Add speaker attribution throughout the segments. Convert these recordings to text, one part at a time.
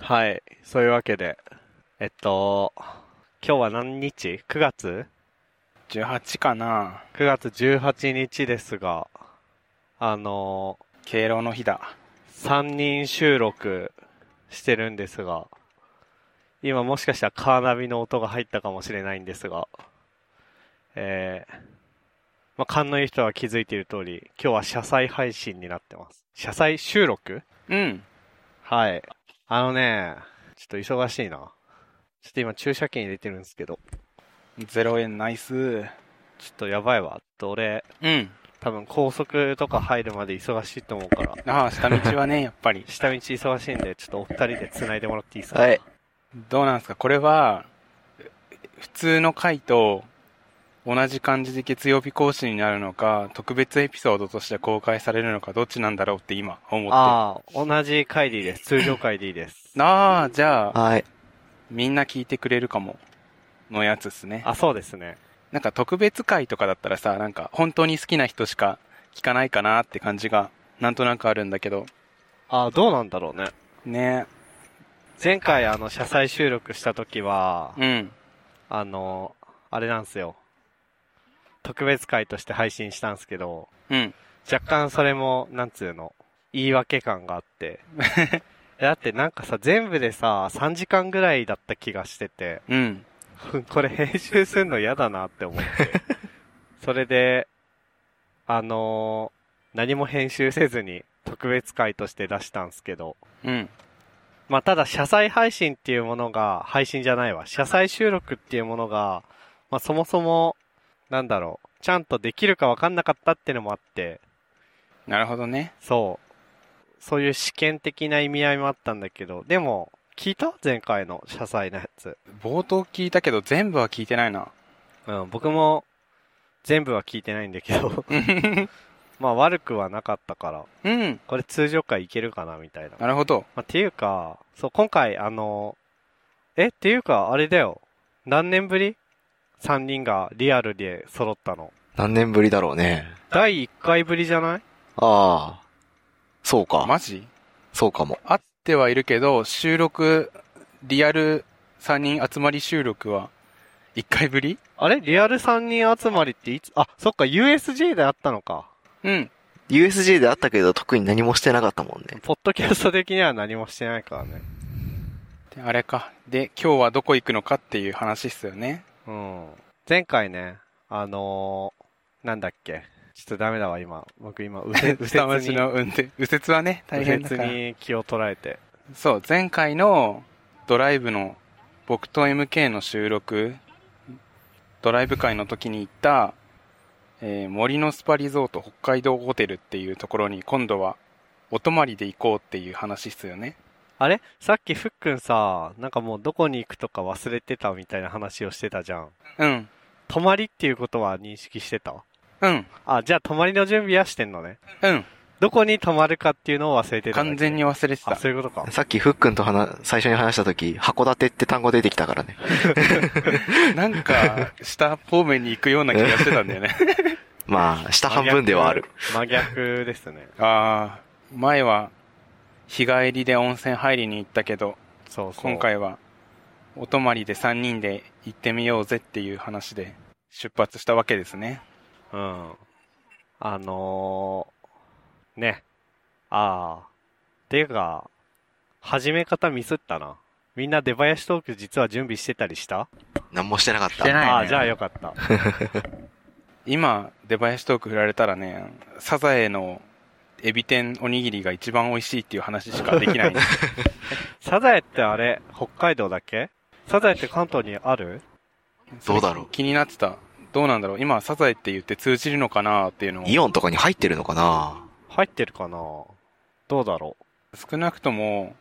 Speaker 1: はい。そういうわけで、えっと、今日は何日 ?9 月
Speaker 2: 18かな
Speaker 1: ?9 月18日ですが、あの、
Speaker 2: 敬老の日だ。
Speaker 1: 3人収録してるんですが、今もしかしたらカーナビの音が入ったかもしれないんですが、えー、まあ、勘のいい人は気づいている通り、今日は車載配信になってます。車載収録
Speaker 2: うん。
Speaker 1: はい。あのね、ちょっと忙しいな。ちょっと今駐車券入れてるんですけど、
Speaker 2: 0円ナイス。
Speaker 1: ちょっとやばいわ。どれ、
Speaker 2: うん。
Speaker 1: 多分高速とか入るまで忙しいと思うから、
Speaker 2: ああ、下道 はね、やっぱり。
Speaker 1: 下道忙しいんで、ちょっとお二人で繋いでもらっていいですか
Speaker 3: はい。
Speaker 2: どうなんですかこれは、普通の回と同じ感じで月曜日更新になるのか、特別エピソードとして公開されるのか、どっちなんだろうって今思ってる。あ
Speaker 1: ああ、同じ回でいいです。通常回でいいです。
Speaker 2: あー、じゃあ、
Speaker 3: はい。
Speaker 2: みんな聞いてくれるかも。のやつっすね。
Speaker 1: あ、そうですね。
Speaker 2: なんか特別回とかだったらさ、なんか本当に好きな人しか聞かないかなって感じが、なんとなくあるんだけど。
Speaker 1: あ、どうなんだろうね。
Speaker 2: ね
Speaker 1: 前回あの、車載収録した時は、
Speaker 2: うん。
Speaker 1: あの、あれなんですよ。特別会として配信したんですけど、
Speaker 2: うん。
Speaker 1: 若干それも、なんつうの、言い訳感があって。だってなんかさ、全部でさ、3時間ぐらいだった気がしてて、
Speaker 2: うん。
Speaker 1: これ編集するの嫌だなって思って。それで、あの何も編集せずに特別会として出したんですけど、
Speaker 2: うん。
Speaker 1: まあ、ただ、車載配信っていうものが、配信じゃないわ。車載収録っていうものが、まあ、そもそも、なんだろう、ちゃんとできるかわかんなかったっていうのもあって、
Speaker 2: なるほどね。
Speaker 1: そう。そういう試験的な意味合いもあったんだけど、でも、聞いた前回の車載のやつ。
Speaker 2: 冒頭聞いたけど全部は聞いてないな。
Speaker 1: うん、僕も、全部は聞いてないんだけ ど、まあ、悪くはなかったから、
Speaker 2: うん。
Speaker 1: これ通常回いけるかな、みたいな。
Speaker 2: なるほど。
Speaker 1: まあ、っていうか、そう、今回、あの、え、っていうか、あれだよ。何年ぶり ?3 人がリアルで揃ったの。
Speaker 3: 何年ぶりだろうね。
Speaker 1: 第1回ぶりじゃない
Speaker 3: ああ。そうか。
Speaker 2: マジ
Speaker 3: そうかも。
Speaker 2: あってはいるけど、収録、リアル3人集まり収録は1回ぶり
Speaker 1: あれリアル3人集まりっていつ、あ、そっか、USJ であったのか。
Speaker 2: うん。
Speaker 3: USJ であったけど特に何もしてなかったもんね。
Speaker 1: ポッドキャスト的には何もしてないからね。
Speaker 2: であれか。で、今日はどこ行くのかっていう話っすよね。
Speaker 1: うん。前回ね、あのーなんだっけ。ちょっとダメだわ、今。僕今、右 折右
Speaker 2: 下町
Speaker 1: 折に、
Speaker 2: の運転。右折はね、大
Speaker 1: 右
Speaker 2: 変だから
Speaker 1: 折。に気を取られて。
Speaker 2: そう、前回のドライブの、僕と MK の収録、ドライブ会の時に行った、えー森のスパリゾート北海道ホテルっていうところに今度はお泊まりで行こうっていう話っすよね。
Speaker 1: あれさっきふっくんさ、なんかもうどこに行くとか忘れてたみたいな話をしてたじゃん。
Speaker 2: うん。
Speaker 1: 泊まりっていうことは認識してた
Speaker 2: うん。
Speaker 1: あ、じゃあ泊まりの準備はしてんのね。
Speaker 2: うん。
Speaker 1: どこに泊まるかっていうのを忘れてただけ。
Speaker 2: 完全に忘れて
Speaker 1: あ、
Speaker 2: た。
Speaker 1: そういうこと か。
Speaker 3: さっきふっくんと話、最初に話した時、函館って単語出てきたからね。
Speaker 2: なんか、下方面に行くような気がしてたんだ よね。
Speaker 3: まあ、下半分ではある。
Speaker 1: 真逆。真逆ですね。
Speaker 2: ああ、前は日帰りで温泉入りに行ったけど、
Speaker 1: そうそう。
Speaker 2: 今。回はお泊まりで3人で行ってみようぜっていう話で出発したわけですね
Speaker 1: うん。あのー、ね。ああ。てか、始め方ミスったな。みんな出囃子トーク実は準備してたりした、
Speaker 3: 何もしてなかっ
Speaker 2: して
Speaker 3: た。
Speaker 2: ないね
Speaker 1: ああ、じゃあよかった。
Speaker 2: 今出囃子トーク振られたらねサザエのエビ天おにぎりが一番美味しいっていう話しかできない
Speaker 1: サザエってあれ、北海道だっけサザエって関東にある
Speaker 3: どうだろう
Speaker 2: 気になってたどうなんだろう今サザエって言って通じるのかなっていうのを
Speaker 3: イオンとかに入ってるのかな
Speaker 1: 入ってるかなどうだろ
Speaker 2: 少なくとも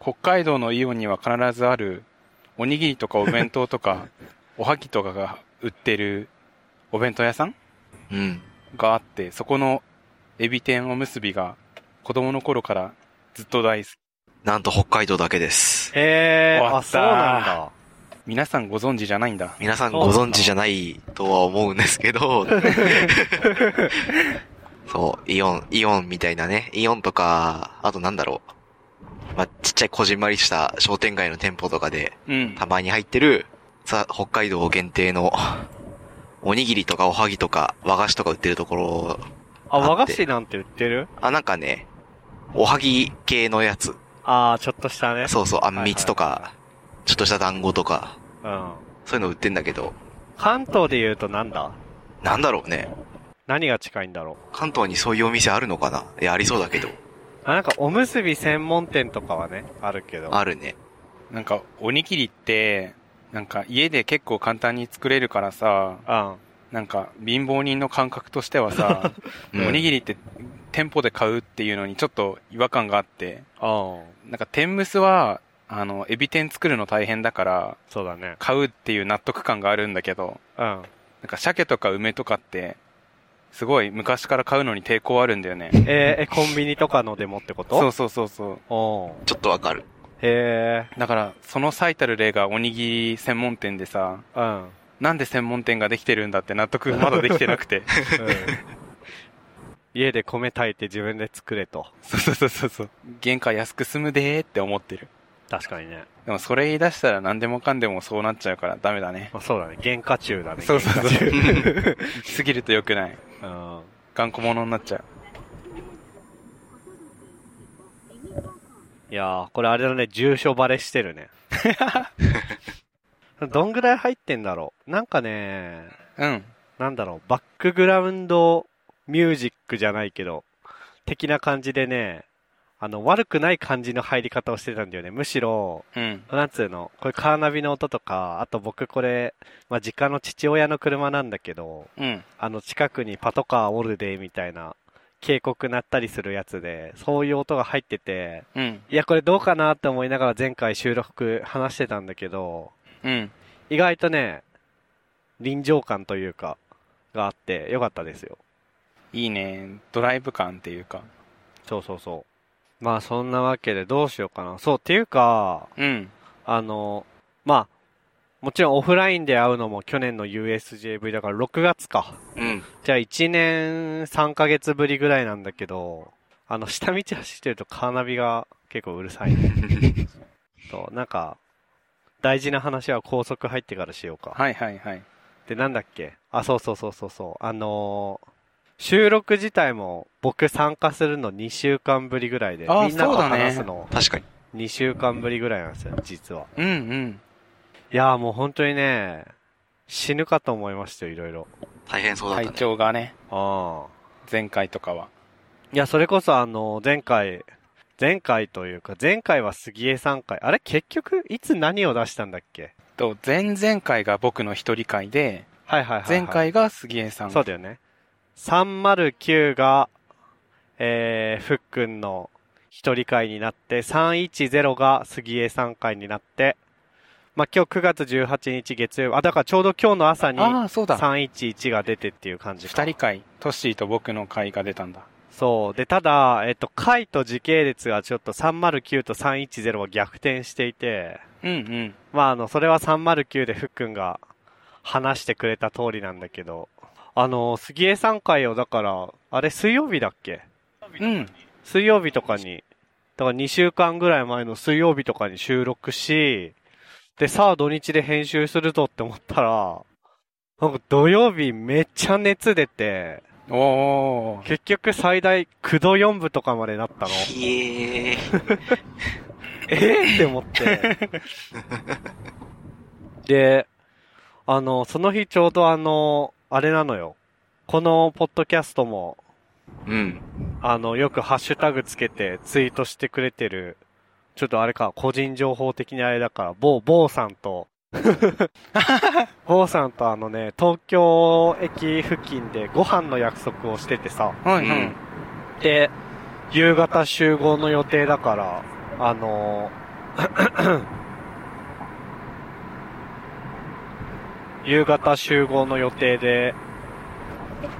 Speaker 2: 北海道のイオンには必ずあるおにぎりとかお弁当とかおはぎとかが売ってるお弁当屋さん
Speaker 3: うん。
Speaker 2: があって、そこのエビ天おむすびが子供の頃からずっと大好き。
Speaker 3: なんと北海道だけです
Speaker 1: う。。へえ
Speaker 2: 終
Speaker 1: ー、
Speaker 2: わ
Speaker 1: あ、
Speaker 2: っ
Speaker 1: そ
Speaker 2: た
Speaker 1: うなんだ。
Speaker 2: 皆さんご存知じゃないんだ。
Speaker 3: 皆さんご存知じゃないとは思うんですけど、そう、イオン、イオンみたいなね、イオンとか、あとなんだろう。まあ、ちっちゃいこじんまりした商店街の店舗とかで、
Speaker 2: うん
Speaker 3: たまに入ってる、さ、北海道限定の、おにぎりとかおはぎとか和菓子とか売ってるところ、
Speaker 1: あ、
Speaker 3: あって
Speaker 1: 和菓子なんて売ってる
Speaker 3: あ、なんかね、おはぎ系のやつ。
Speaker 1: ああ、ちょっとしたね。
Speaker 3: そうそう、あんみつと
Speaker 1: はいはいはい
Speaker 3: か、ちょっとした団子とか、
Speaker 1: うん。
Speaker 3: そういうの売ってんだけど、
Speaker 1: 関東で言うとなんだ
Speaker 3: なんだろうね。
Speaker 1: 何が近いんだろ
Speaker 3: 関東にそういうお店あるのかないや、ありそうだけど。
Speaker 1: う。あ、なんかおむすび専門店とかはね、あるけど。
Speaker 3: あるね。
Speaker 2: なんかおにぎりってなんか家で結構簡単に作れるからさ
Speaker 1: うん。
Speaker 2: なんか貧乏人の感覚としてはさ、
Speaker 3: うん
Speaker 2: おにぎりって店舗で買うっていうのにちょっと違和感があって
Speaker 1: うん。
Speaker 2: なんか天むすはあのエビ天作るの大変だから
Speaker 1: そうだね。
Speaker 2: 買うっていう納得感があるんだけど
Speaker 1: うん。
Speaker 2: なんか鮭とか梅とかってすごい昔から買うのに抵抗あるんだよね
Speaker 1: えーえ、コンビニとかのでもってこと
Speaker 2: そうそうそうそう
Speaker 1: お
Speaker 3: ちょっとわかる。
Speaker 1: へえ、
Speaker 2: だからその最たる例がおにぎり専門店でさ
Speaker 1: うん。 うん
Speaker 2: なんで専門店ができてるんだって納得まだできてなく て
Speaker 1: 家で米炊いて自分で作れと。
Speaker 2: そうそうそうそうそう原価安く済むでーって思ってる
Speaker 1: 確かにね。
Speaker 2: でもそれ言い出したら何でもかんでもそうなっちゃうからダメだね
Speaker 1: まあ、そうだね。原価中だね。
Speaker 2: そうそうそう
Speaker 1: 原価中
Speaker 2: 過ぎると良くない
Speaker 1: うん。
Speaker 2: 頑固者になっちゃう
Speaker 1: いやー、これあれだね、住所バレしてるね。 どんぐらい入ってんだろうなんかね、
Speaker 2: うん
Speaker 1: なんだろう、バックグラウンドミュージックじゃないけど、的な感じでね、あの、悪くない感じの入り方をしてたんだよね。むしろ、
Speaker 2: うん
Speaker 1: なんつうの、これカーナビの音とか、あと僕これ、まあ、実家の父親の車なんだけど、
Speaker 2: うん
Speaker 1: あの、近くにパトカーおるで、みたいな、警告鳴ったりするやつで、そういう音が入ってて、
Speaker 2: うん
Speaker 1: いや、これどうかなって思いながら前回収録話してたんだけど、
Speaker 2: うん
Speaker 1: 意外とね、臨場感というか、があって、よかったですよ。
Speaker 2: いいねドライブ感っていうか
Speaker 1: そうそうそう。まあ、そんなわけでどうしようかな。そう、っていうか、
Speaker 2: うん
Speaker 1: あの、まあ、もちろんオフラインで会うのも去年の USJV だから6月か。
Speaker 3: うん。
Speaker 1: じゃあ1年3ヶ月ぶりぐらいなんだけど、あの、下道走ってるとカーナビが結構うるさいね。 と、なんか、大事な話は高速入ってからしようか。
Speaker 2: はいはいはい
Speaker 1: で、なんだっけあ、そうそうそうそうそう。あのー収録自体も僕参加するの2週間ぶりぐらいで、
Speaker 2: あー
Speaker 1: みんなと
Speaker 2: そうだね
Speaker 1: 話すの
Speaker 3: 確かに。
Speaker 1: 2週間ぶりぐらいなんですよ、実は。
Speaker 2: うんうん
Speaker 1: いやーもう本当にね、死ぬかと思いましたよ、いろいろ。
Speaker 3: 大変そうだっ
Speaker 2: 体
Speaker 3: たね。
Speaker 2: 調がね
Speaker 1: ああ。
Speaker 2: 前回とかはい
Speaker 1: や、それこそあの、前回、前回というか、前回は杉江さん回。あれ結局、いつ何を出したんだっけ
Speaker 2: と前々回が僕の一人会で
Speaker 1: はいはいはい、はい。
Speaker 2: 前。回が杉江さん
Speaker 1: そうだよね。309が、えー、ふっくんの一人会になって、310が杉江さん回になって、まあ、今日9月18日月曜日、あ、だからちょうど今日の朝に
Speaker 2: ああそうだ
Speaker 1: 311が出てっていう感じか。
Speaker 2: 二人会トッシーと僕の会が出たんだ
Speaker 1: そう。で、ただ、えっと、回と時系列がちょっと309と310は逆転していて、
Speaker 2: うんうん
Speaker 1: まあ、あの、それは309でふっくんが話してくれた通りなんだけど、あの、杉江さん会をだから、あれ水曜日だっけ
Speaker 2: うん
Speaker 1: 水曜日とかに、だから2週間ぐらい前の水曜日とかに収録し、で、さあ土日で編集するぞって思ったら、なんか土曜日めっちゃ熱出て、
Speaker 2: おお
Speaker 1: 結局最大9度4分とかまでなったの。
Speaker 3: ひえー。
Speaker 1: えーって思って。で、あの、その日ちょうどあの、あれなのよ。このポッドキャストも、
Speaker 3: うん。
Speaker 1: あの、よくハッシュタグつけてツイートしてくれてる、ちょっとあれか、個人情報的にあれだから、某、某さん と、某さんとあのね、東京駅付近でご飯の約束をしててさ、
Speaker 2: はいは
Speaker 3: う
Speaker 2: い
Speaker 3: ん
Speaker 1: で、夕方集合の予定だから、あの ー夕方集合の予定で、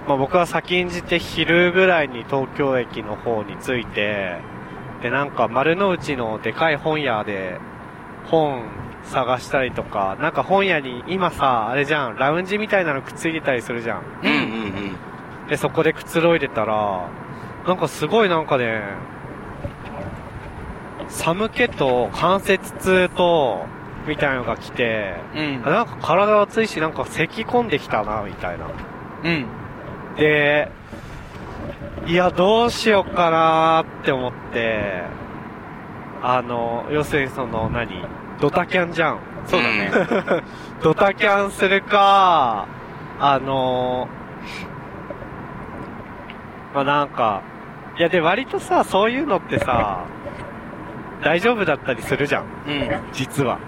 Speaker 1: まあ、僕は先んじて昼ぐらいに東京駅の方に着いて、で、なんか丸の内のでかい本屋で本探したりとか、なんか本屋に今さ、あれじゃん、ラウンジみたいなのくっついてたりするじゃん。
Speaker 3: うんうんうん。
Speaker 1: で、そこでくつろいでたら、なんかすごいなんかね、寒気と関節痛と、みたいのが来て、
Speaker 2: うん
Speaker 1: あなんか体熱いし、なんか咳込んできたな、みたいな。
Speaker 2: うん
Speaker 1: で、いや、どうしようかなーって思って、あの、要するにその、何ドタキャンじゃん。
Speaker 2: そうだね
Speaker 1: ドタキャンするか、あのーまあ、なんか、いやで割とさ、そういうのってさ、大丈夫だったりするじゃん、
Speaker 2: うん
Speaker 1: 実は。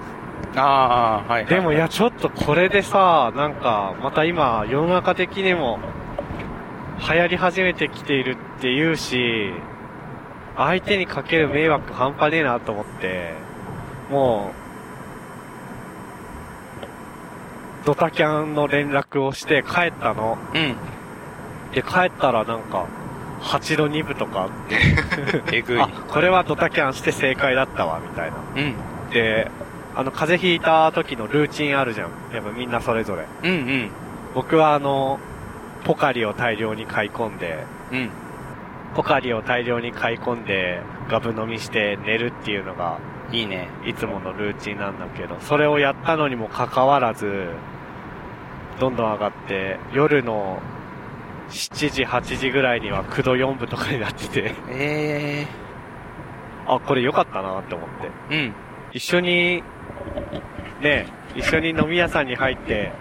Speaker 2: ああはい
Speaker 1: でもいやちょっとこれでさ、なんか、また今、世の中的にも、流行り始めてきているっていうし、相手にかける迷惑半端ねえなと思って、もう、ドタキャンの連絡をして帰ったの。
Speaker 2: うん
Speaker 1: で、帰ったらなんか、8度2分とかあって、
Speaker 2: えぐい
Speaker 1: あ、これはドタキャンして正解だったわ、みたいな。
Speaker 2: うん
Speaker 1: で、あの、風邪ひいた時のルーチンあるじゃん。やっぱみんなそれぞれ。
Speaker 2: うんうん
Speaker 1: 僕はあの、ポカリを大量に買い込んで、
Speaker 2: うん
Speaker 1: ポカリを大量に買い込んで、ガブ飲みして寝るっていうのが、
Speaker 2: いいね
Speaker 1: いつものルーチンなんだけど、それをやったのにもかかわらず、どんどん上がって、夜の7時、8時ぐらいには9度4分とかになってて、
Speaker 2: え
Speaker 1: あ、これ良かったなって思って。
Speaker 2: えうん
Speaker 1: 一緒に、ね、一緒に飲み屋さんに入って、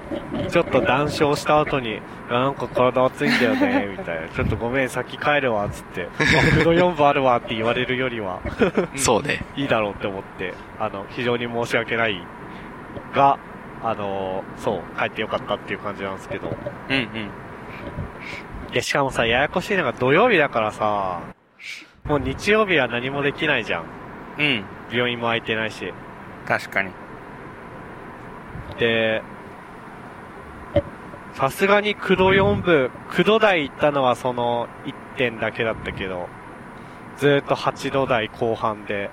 Speaker 1: ちょっと談笑した後に、なんか体熱いんだよね、みたいな。ちょっとごめん、先帰るわ、つって。あ、黒4分あるわって言われるよりは、
Speaker 3: そうね。
Speaker 1: いいだろうって思って、あの、非常に申し訳ないが、あの、そう、帰ってよかったっていう感じなんですけど。
Speaker 2: うんうん
Speaker 1: で、しかもさ、ややこしいのが土曜日だからさ、もう日曜日は何もできないじゃん。
Speaker 2: うん
Speaker 1: 病院も空いてないし。
Speaker 2: 確かに
Speaker 1: で、さすがに九度四部、九度台行ったのはその一点だけだったけど、ずーっと八度台後半で、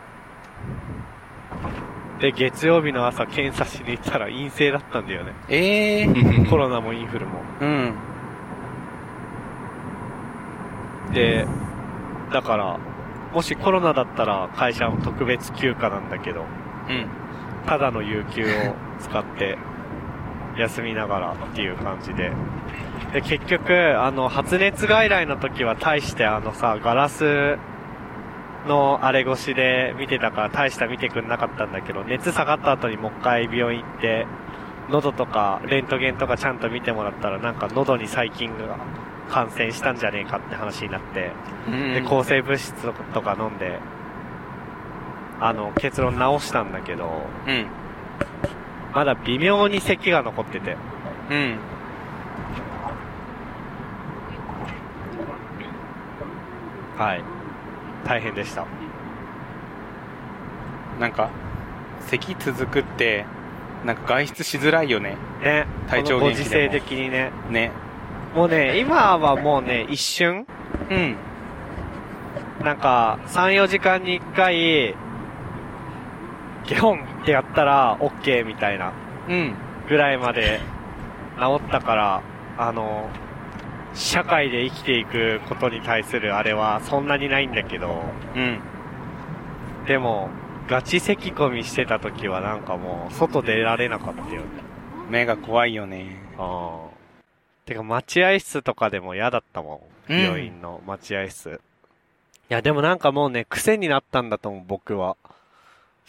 Speaker 1: で、月曜日の朝検査しに行ったら陰性だったんだよね。
Speaker 2: ええ
Speaker 1: コロナもインフルも。
Speaker 2: うん
Speaker 1: で、だから、もしコロナだったら会社も特別休暇なんだけど、
Speaker 2: うん
Speaker 1: ただの有給を使って休みながらっていう感じで。で、結局、あの、発熱外来の時は大してあのさ、ガラスのあれ越しで見てたから大した見てくんなかったんだけど、熱下がった後にもう一回病院行って、喉とかレントゲンとかちゃんと見てもらったらなんか喉に細菌が感染したんじゃねえかって話になって、
Speaker 2: うん
Speaker 1: で、抗生物質とか飲んで、あの、結論直したんだけど、
Speaker 2: うん
Speaker 1: まだ微妙に咳が残ってて。
Speaker 2: うん
Speaker 1: はい。大変でした。
Speaker 2: なんか咳続くってなんか外出しづらいよね
Speaker 1: ね。
Speaker 2: 体調
Speaker 1: この
Speaker 2: 元
Speaker 1: ご
Speaker 2: 気でも
Speaker 1: 時世的にね。
Speaker 2: ね
Speaker 1: もうね、今はもうね、一瞬
Speaker 2: うん
Speaker 1: なんか、3、4時間に1回、ギョンってやったら、OK みたいな
Speaker 2: うん
Speaker 1: ぐらいまで治ったから、あの、社会で生きていくことに対するあれはそんなにないんだけど、
Speaker 2: うん
Speaker 1: でも、ガチ咳込みしてた時はなんかもう、外出られなかったよね。
Speaker 2: 目が怖いよね
Speaker 1: ああ。てか、待合室とかでも嫌だったもん。
Speaker 2: うん
Speaker 1: 病院の待合室。いや、でもなんかもうね、癖になったんだと思う、僕は。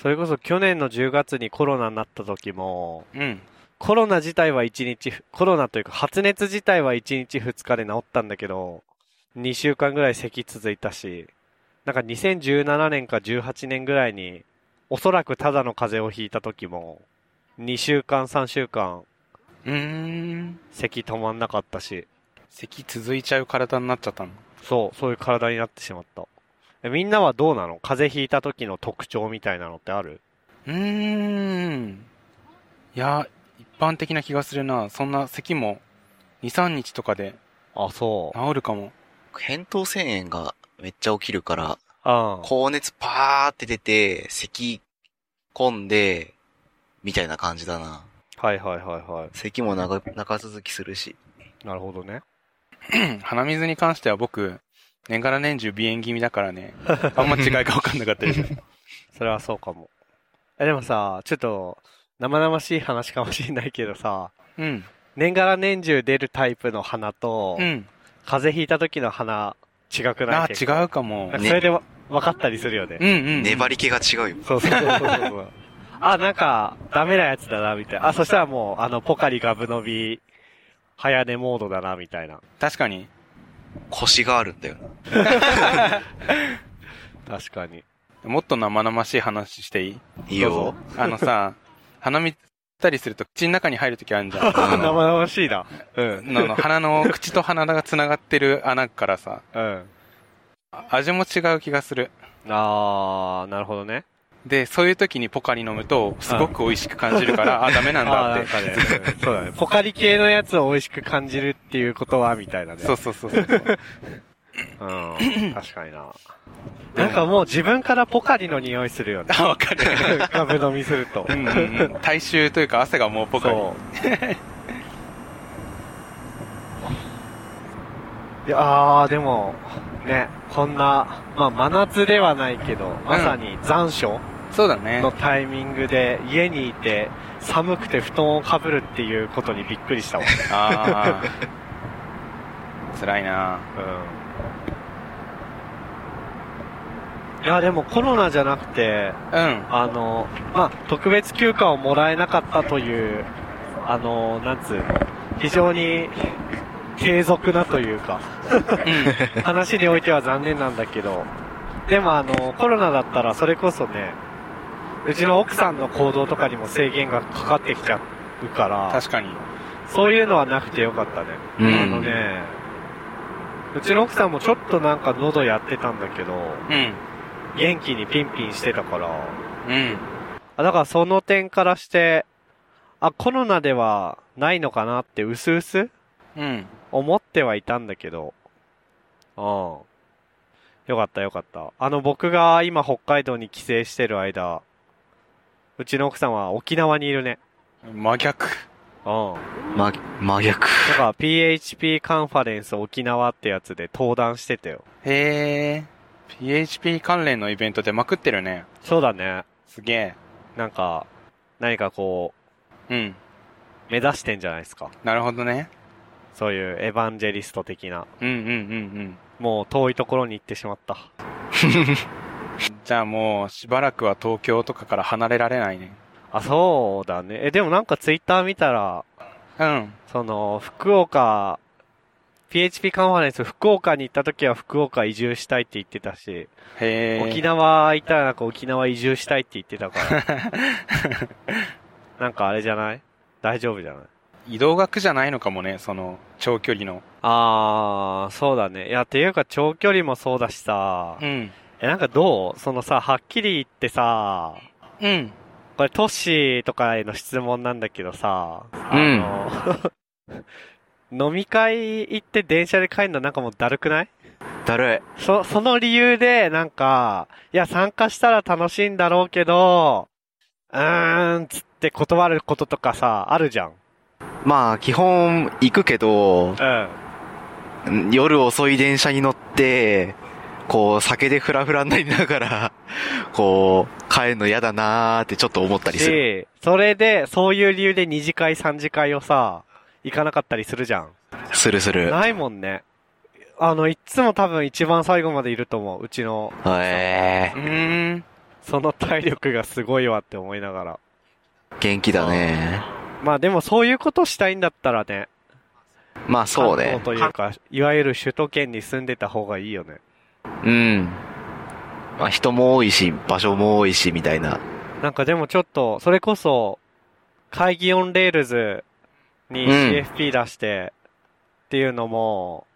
Speaker 1: それこそ去年の10月にコロナになった時も、
Speaker 2: うん
Speaker 1: コロナ自体は1日、コロナというか発熱自体は1日2日で治ったんだけど、2週間ぐらい咳続いたし、なんか2017年か18年ぐらいに、おそらくただの風邪をひいた時も、2週間3週間
Speaker 2: うーん
Speaker 1: 咳止まんなかったし、
Speaker 2: 咳続いちゃう体になっちゃったの
Speaker 1: そう、そういう体になってしまった。えみんなはどうなの風邪ひいた時の特徴みたいなのってある
Speaker 2: うーんいや一般的な気がするなそんな咳も23日とかで
Speaker 1: あ、そう。
Speaker 2: 治るかも
Speaker 3: 扁桃腺炎がめっちゃ起きるから、
Speaker 1: うん。
Speaker 3: 高熱パーって出て、咳込んで、みたいな感じだな。
Speaker 1: はいはいはいは
Speaker 3: 咳も長、長続きするし。
Speaker 1: い。なるほどね。
Speaker 2: 鼻水に関しては僕年がら年中鼻炎気味だからねあんま違いが分かんなかったです
Speaker 1: それはそうかも。え、でもさ、ちょっと、生々しい話かもしれないけどさ、
Speaker 2: うん。
Speaker 1: 年がら年中出るタイプの花と、
Speaker 2: うん。
Speaker 1: 風邪ひいた時の花、違くない
Speaker 2: あ、
Speaker 1: 結構
Speaker 2: 違うか
Speaker 1: な。
Speaker 2: も
Speaker 1: んか
Speaker 3: ね
Speaker 1: それでわ分かったりするよね。
Speaker 2: うんうんうん。
Speaker 3: 粘り気が違うよ。
Speaker 1: そうそうそうそうそう。 あ、なんか、ダメなやつだな、みたいな。あ、そしたらもう、あの、ポカリガブ伸び、早寝モードだな、みたいな。
Speaker 2: 確かに。
Speaker 3: 腰があるんだよな。
Speaker 1: 確かに。
Speaker 2: もっと生々しい話していい
Speaker 3: いいよ
Speaker 1: ど。
Speaker 2: あのさ、鼻水ったりすると口の中に入るときあるじゃん。
Speaker 1: 生々しいな。
Speaker 2: うん。のの鼻の、口と鼻が繋がってる穴からさ、
Speaker 1: うん。
Speaker 2: あ味も違う気がする。
Speaker 1: あー、なるほどね。
Speaker 2: で、そういう時にポカリ飲むと、すごく美味しく感じるから、あ、ダメなん
Speaker 1: あ
Speaker 2: だ
Speaker 1: ーな
Speaker 2: っ
Speaker 1: ん
Speaker 2: て。
Speaker 1: かね、うんそうだね。ポカリ系のやつを美味しく感じるっていうことは、みたいなね。
Speaker 2: そうそうそうそ
Speaker 1: う
Speaker 2: う。
Speaker 1: ん。確かにな。なんかもう自分からポカリの匂いする よね。
Speaker 2: あ、わかる。
Speaker 1: ガブ飲みすると。
Speaker 2: うんうんうん。体臭というか汗がもうポカリ。
Speaker 1: いやー、でも、ね、こんな、まあ、真夏ではないけど、まさに残暑
Speaker 2: そうだね
Speaker 1: の。タイミングで家にいて、寒くて布団をかぶるっていうことにびっくりしたわ。
Speaker 2: ああ。辛いな
Speaker 1: うん。いや、でもコロナじゃなくて、
Speaker 2: うん。
Speaker 1: あの、まあ、特別休暇をもらえなかったという、あの、なんつうの、非常に継続なというか、
Speaker 2: う
Speaker 1: 話においては残念なんだけど、でもあの、コロナだったらそれこそね、うちの奥さんの行動とかにも制限がかかってきちゃうから、
Speaker 2: ん。確かに。
Speaker 1: そういうのはなくてよかったね。
Speaker 3: う
Speaker 1: あの
Speaker 3: ん。
Speaker 1: ね、うちの奥さんもちょっとなんか喉やってたんだけど、
Speaker 2: うん。
Speaker 1: 元気にピンピンしてたから、
Speaker 2: うん。
Speaker 1: あだからその点からして、あ、コロナではないのかなって、うすうす
Speaker 2: うん。
Speaker 1: 思ってはいたんだけど。うん。よかったよかった。あの、僕が今北海道に帰省してる間、うちの奥さんは沖縄にいるね。
Speaker 2: 真逆。
Speaker 1: うん。
Speaker 3: ま、真逆。
Speaker 1: だから PHP カンファレンス沖縄ってやつで登壇してたよ。
Speaker 2: へえ。PHP 関連のイベントでまくってるね。
Speaker 1: そうだね。
Speaker 2: すげえ。
Speaker 1: なんか、何かこ
Speaker 2: うん。
Speaker 1: う、目指してんじゃないですか。
Speaker 2: なるほどね。
Speaker 1: そういうエヴァンジェリスト的な。
Speaker 2: うんうんうん
Speaker 1: もう遠いところに行ってしまった。
Speaker 2: うん。じゃあもう、しばらくは東京とかから離れられないね。
Speaker 1: あ、そうだね。え、でもなんかツイッター見たら、
Speaker 2: うん。
Speaker 1: その、福岡、PHP カンファレンス、福岡に行った時は福岡移住したいって言ってたし、
Speaker 2: へえ。
Speaker 1: 沖縄行ったらなんか沖縄移住したいって言ってたから、 なんかあれじゃない大丈夫じゃない
Speaker 2: 移動学じゃないのかもね、その、長距離の。
Speaker 1: あー、そうだね。いや、っていうか長距離もそうだしさ、
Speaker 2: ん。
Speaker 1: え、なんかどうそのさ、はっきり言ってさ、
Speaker 2: うん。
Speaker 1: これトッシーとかへの質問なんだけどさ、
Speaker 3: うん
Speaker 1: あの、 飲み会行って電車で帰るのなんかもうだるくない
Speaker 3: だる
Speaker 1: そ、その理由でなんか、いや参加したら楽しいんだろうけど、うーん、つって断ることとかさ、あるじゃん。
Speaker 3: い。まあ、基本、行くけど、
Speaker 1: うん。
Speaker 3: 夜遅い電車に乗って、こう、酒でフラフラになりながら、こう、帰るの嫌だなーってちょっと思ったりする。
Speaker 1: し、それで、そういう理由で二次会三次会をさ、行かなかったりするじゃん。
Speaker 3: するする。
Speaker 1: ないもんね。あの、いっつも多分一番最後までいると思う。うちの
Speaker 3: え
Speaker 2: うーん。
Speaker 1: その体力がすごいわって思いながら。
Speaker 3: ー、元気だね。
Speaker 1: まあでもそういうことしたいんだったらね。
Speaker 3: まあ、そうね
Speaker 1: 関東。というか、いわゆる首都圏に住んでた方がいいよね。
Speaker 3: うん。まあ、人も多いし、場所も多いし、みたいな。
Speaker 1: なんかでもちょっと、それこそ、会議オンレールズに
Speaker 3: うん
Speaker 1: CFP 出してっていうのも、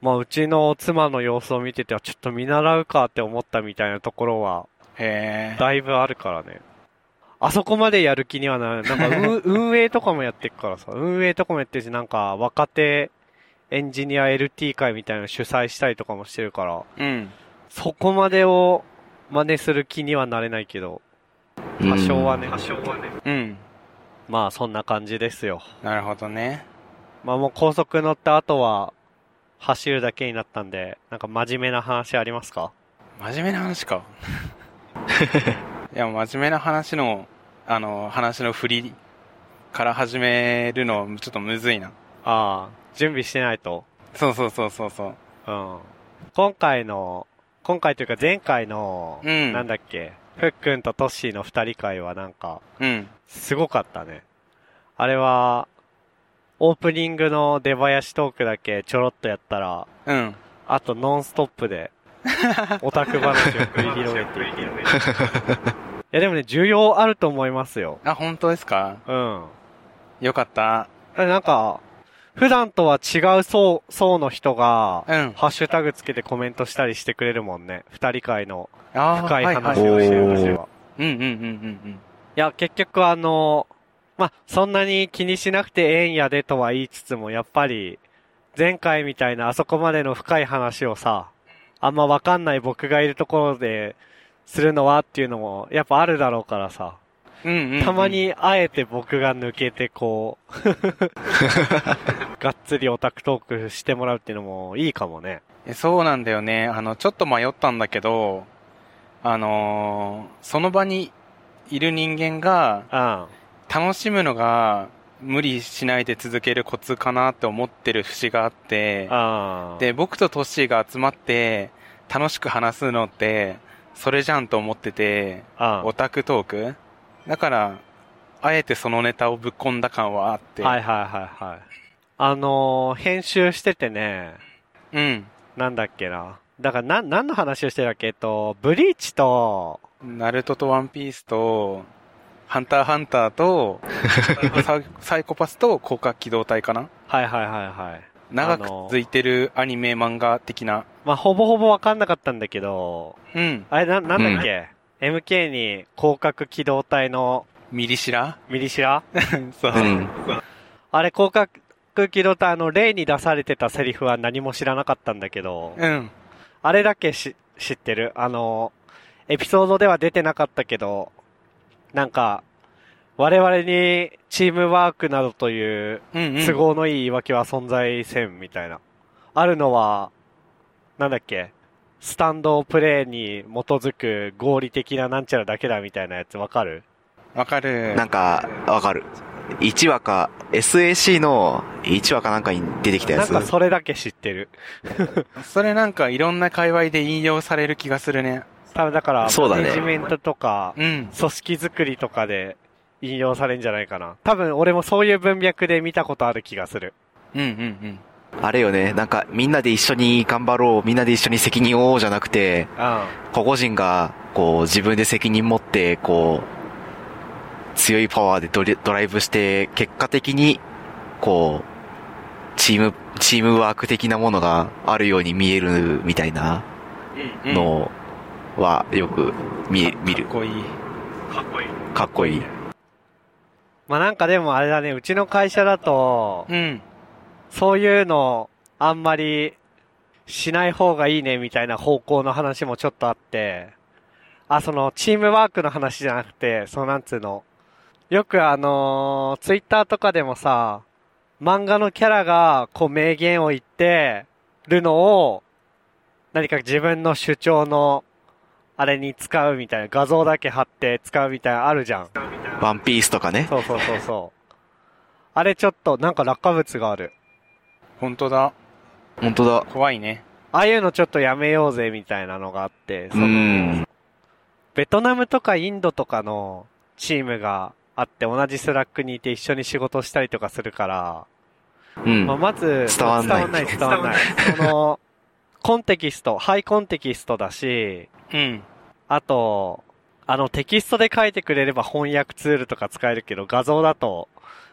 Speaker 1: まあうちの妻の様子を見てて、ちょっと見習うかって思ったみたいなところは、
Speaker 2: へえ。
Speaker 1: だいぶあるからね。あそこまでやる気にはならない。なんか 運、運営とかもやってるからさ、運営とかもやってるし、なんか、若手エンジニア LT 会みたいなの主催したりとかもしてるから、
Speaker 2: うん。
Speaker 1: そこまでを真似する気にはなれないけど、
Speaker 3: うん
Speaker 1: 多少はね。多少はね。
Speaker 2: うん。
Speaker 1: まあ、そんな感じですよ。
Speaker 2: なるほどね。
Speaker 1: まあ、もう高速乗った後は、走るだけになったんで、なんか真面目な話ありますか
Speaker 2: 真面目な話か。いや、真面目な話の、あの、話の振りから始めるの、ちょっとむずいな。
Speaker 1: ああ、準備してないと。
Speaker 2: そうそうそうそうそう。
Speaker 1: うん。今回の、今回というか前回の、
Speaker 2: うん
Speaker 1: なんだっけ、ふっくんとトッシーの二人会はなんか、
Speaker 2: うん。
Speaker 1: すごかったね。あれは、オープニングの出囃子トークだけちょろっとやったら、
Speaker 2: うん。
Speaker 1: あとノンストップ で、オタク話を繰り広げていける。いやでもね、需要あると思いますよ。
Speaker 2: あ、本当ですか
Speaker 1: うん。
Speaker 2: よかった。
Speaker 1: えなんか、普段とは違う層、層の人が、
Speaker 2: うん。
Speaker 1: ハッシュタグつけてコメントしたりしてくれるもんね。二人会の
Speaker 2: あー
Speaker 1: 深い話
Speaker 2: は
Speaker 1: を
Speaker 2: い
Speaker 1: してる
Speaker 3: はいはい
Speaker 1: 時は。
Speaker 2: うんうんうんうん
Speaker 1: いや、結局あの、まあ、そんなに気にしなくてええんやでとは言いつつも、やっぱり、前回みたいなあそこまでの深い話をさ、あんまわかんない僕がいるところで、するのはっていうのも、やっぱあるだろうからさ。
Speaker 2: うん。うんうんうん
Speaker 1: たま。にあえて僕が抜けてこう、 がっつりオタクトークしてもらうっていうのもいいかもね。
Speaker 2: えそうなんだよね。あの、ちょっと迷ったんだけど、あのーその場にいる人間が、
Speaker 1: うん。
Speaker 2: 楽しむのが無理しないで続けるコツかなって思ってる節があって、
Speaker 1: あ
Speaker 2: で、僕とトッシーが集まって楽しく話すのって、それじゃんと思ってて、
Speaker 1: あ
Speaker 2: オタクトークだから、あえてそのネタをぶっ込んだ感はあって。
Speaker 1: はいはいはいはい。あのー編集しててね、
Speaker 2: うん。
Speaker 1: なんだっけな。だから、なん、何の話をしてたっけえっと、ブリーチと、
Speaker 2: ナルトとワンピースと、ハンターハンターと、 サイサイコパスと広角機動隊かな
Speaker 1: はいはいはいはい。
Speaker 2: 長く続いてるアニメ漫画的な。
Speaker 1: まあ、ほぼほぼわかんなかったんだけど、
Speaker 2: うん。
Speaker 1: あれ、な、なんだっけ、?MK に広角機動隊の
Speaker 2: ミリシ ラ
Speaker 1: ミリシ ラ
Speaker 2: そう。
Speaker 3: うん。
Speaker 1: あれ、広角機動隊、あの、例に出されてたセリフは何も知らなかったんだけど、
Speaker 2: うん。
Speaker 1: あれだけし知ってる。あの、エピソードでは出てなかったけど、なんか、我々にチームワークなどという
Speaker 2: うんうん。
Speaker 1: 都合のいい言い訳は存在せんみたいな。あるのは、なんだっけ、スタンドプレーに基づく合理的ななんちゃらだけだみたいなやつわかる
Speaker 2: わかる。
Speaker 3: なんか、わかる。1話か、SAC の1話かなんかに出てきたや
Speaker 1: なん
Speaker 3: つ。
Speaker 1: かそれだけ知ってる。
Speaker 2: それなんかいろんな界隈で引用される気がするね。
Speaker 1: 多分だから、
Speaker 3: そうだ
Speaker 1: マ
Speaker 3: ね
Speaker 1: ネジメントとか、
Speaker 2: うん。
Speaker 1: 組織作りとかで引用されるんじゃないかな。多分俺もそういう文脈で見たことある気がする。
Speaker 2: うんうん
Speaker 3: あれよね、なんか、みんなで一緒に頑張ろう、みんなで一緒に責任を負おうじゃなくて、
Speaker 1: うん。
Speaker 3: 個々人が、こう、自分で責任持って、こう、強いパワーでドリドライブして、結果的に、こう、チーム、チームワーク的なものがあるように見えるみたいな
Speaker 2: うん。うん。
Speaker 3: のは、よく見、見る
Speaker 2: かっ。こいい。
Speaker 3: かっこいい。
Speaker 1: まあなんかでもあれだね、うちの会社だと、
Speaker 2: うん。
Speaker 1: そういうのあんまりしない方がいいねみたいな方向の話もちょっとあって、あ、そのチームワークの話じゃなくて、そのなんつうの、よくあのツイッター Twitter とかでもさ、漫画のキャラがこう名言を言ってるのを、何か自分の主張のあれに使うみたいな、画像だけ貼って使うみたいなのあるじゃん。
Speaker 3: ワンピースとかね。
Speaker 1: そうそうそうそう。あれちょっとなんか落下物がある。
Speaker 2: 本当だ。
Speaker 3: 本当だ。
Speaker 2: 怖いね。
Speaker 1: ああいうのちょっとやめようぜみたいなのがあって、
Speaker 3: う
Speaker 1: その
Speaker 3: ん。
Speaker 1: ベトナムとかインドとかのチームがあって、同じスラックにいて一緒に仕事したりとかするから、
Speaker 3: うん
Speaker 1: まあ、。まず、
Speaker 3: 伝わんない
Speaker 1: 伝わんない、伝わんない。その、コンテキスト、ハイコンテキストだし、
Speaker 2: うん。
Speaker 1: あと、あの、テキストで書いてくれれば翻訳ツールとか使えるけど、画像だと、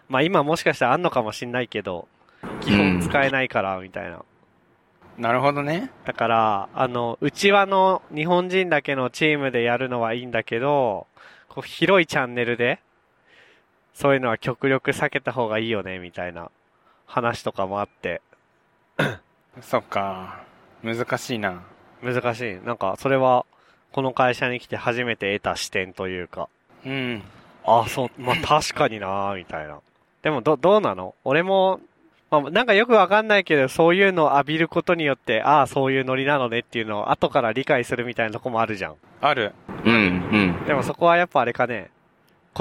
Speaker 1: まあ今もしかしたらあんのかもしんないけど、基本使えないから、みたいな。
Speaker 2: なるほどね。
Speaker 1: だから、あの、内輪の日本人だけのチームでやるのはいいんだけど、こう広いチャンネルで、そういうのは極力避けた方がいいよね、みたいな話とかもあって、
Speaker 2: そっか。難しいな。
Speaker 1: 難しい。なんか、それは、この会社に来て初めて得た視点というか、
Speaker 2: うん。
Speaker 1: あ、そう、まあ、確かになみたいな。でも、ど、どうなの俺も、まあ、なんかよくわかんないけど、そういうのを浴びることによって、ああ、そういうノリなのねっていうのを後から理解するみたいなとこもあるじゃん。
Speaker 2: ある。
Speaker 3: うん、うん。
Speaker 1: でもそこはやっぱあれかね、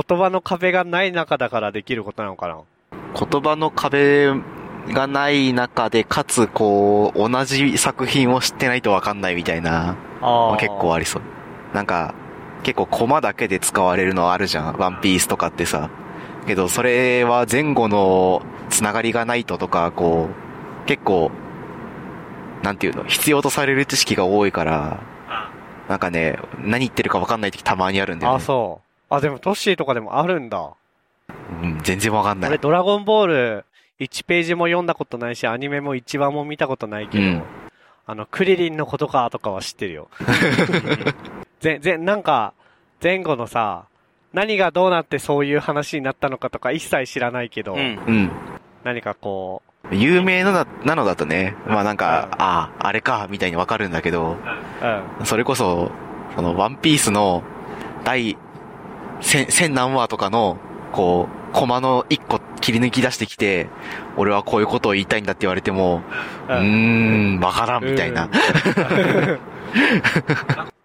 Speaker 1: 言葉の壁がない中だからできることなのかな。
Speaker 3: 言葉の壁がない中で、かつ、こう、同じ作品を知ってないとわかんないみたいな、
Speaker 1: あ
Speaker 3: 結構ありそう。なんか、結構コマだけで使われるのあるじゃん。ワンピースとかってさ。けど、それは前後のつながりがないととか、こう、結構、なんていうの、必要とされる知識が多いから、なんかね、何言ってるかわかんない時たまにあるんだよ、ね。
Speaker 1: あ、そう。あ、でもトッシーとかでもあるんだ。
Speaker 3: うん、全然わかんな
Speaker 1: 俺、
Speaker 3: い。
Speaker 1: ドラゴンボール、1ページも読んだことないし、アニメも1話も見たことないけど、
Speaker 3: うん
Speaker 1: あの、クリリンのことかとかは知ってる よ。ぜ、ぜ、なんか、前後のさ、何がどうなってそういう話になったのかとか一切知らないけど、
Speaker 2: うん。
Speaker 3: うん。
Speaker 1: 何かこう、
Speaker 3: 有名なななのだとね、まあなんか、ああ、あれか、みたいにわかるんだけど、
Speaker 1: うん。
Speaker 3: それこそ、その、ワンピースの、第、千、千何話とかの、こう、コマの一個切り抜き出してきて、俺はこういうことを言いたいんだって言われても、う
Speaker 1: うん
Speaker 3: ーん、わからん、みたいな。
Speaker 1: うん。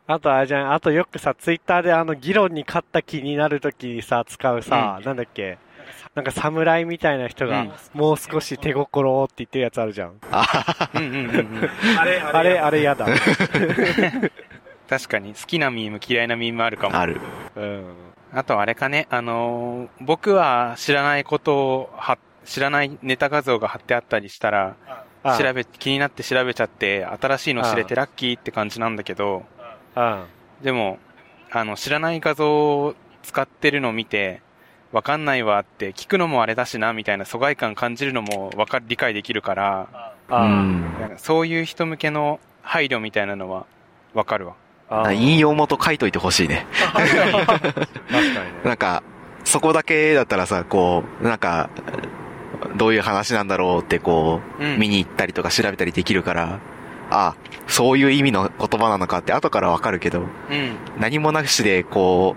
Speaker 1: あとあれじゃん、あとよくさ、ツイッターであの、議論に勝った気になるときにさ、使うさ、なんだっけ、なんか侍みたいな人が、
Speaker 2: うん
Speaker 1: もう少し手心をって言ってるやつあるじゃん。
Speaker 2: うんうんうんうん。
Speaker 4: あれ、
Speaker 1: あ
Speaker 4: あ
Speaker 1: れ、
Speaker 4: れ、
Speaker 1: あれやだ。
Speaker 2: 確かに、好きなミーム、嫌いなミームあるかも。
Speaker 3: ある。
Speaker 1: うん。
Speaker 2: あとあれかね、あのー僕は知らないことをは、知らないネタ画像が貼ってあったりしたら、
Speaker 1: あ
Speaker 2: 調べ、気になって調べちゃって、新しいの知れてラッキーって感じなんだけど、
Speaker 1: うん。
Speaker 2: でも、あの、知らない画像を使ってるのを見て、わかんないわって聞くのもあれだしな、みたいな疎外感感じるのもわかる、理解できるから、
Speaker 3: う
Speaker 1: あ
Speaker 3: ん。
Speaker 2: なんかそういう人向けの配慮みたいなのはわかるわ。
Speaker 1: あ。
Speaker 3: 引用元書いといてほしいね。
Speaker 1: 確かにね。
Speaker 3: なんか、そこだけだったらさ、こう、なんか、どういう話なんだろうってこ
Speaker 2: う
Speaker 3: う、
Speaker 2: ん
Speaker 3: 見に行ったりとか調べたりできるから、あ、そういう意味の言葉なのかって後からわかるけど、
Speaker 2: うん。
Speaker 3: 何もなしで、こ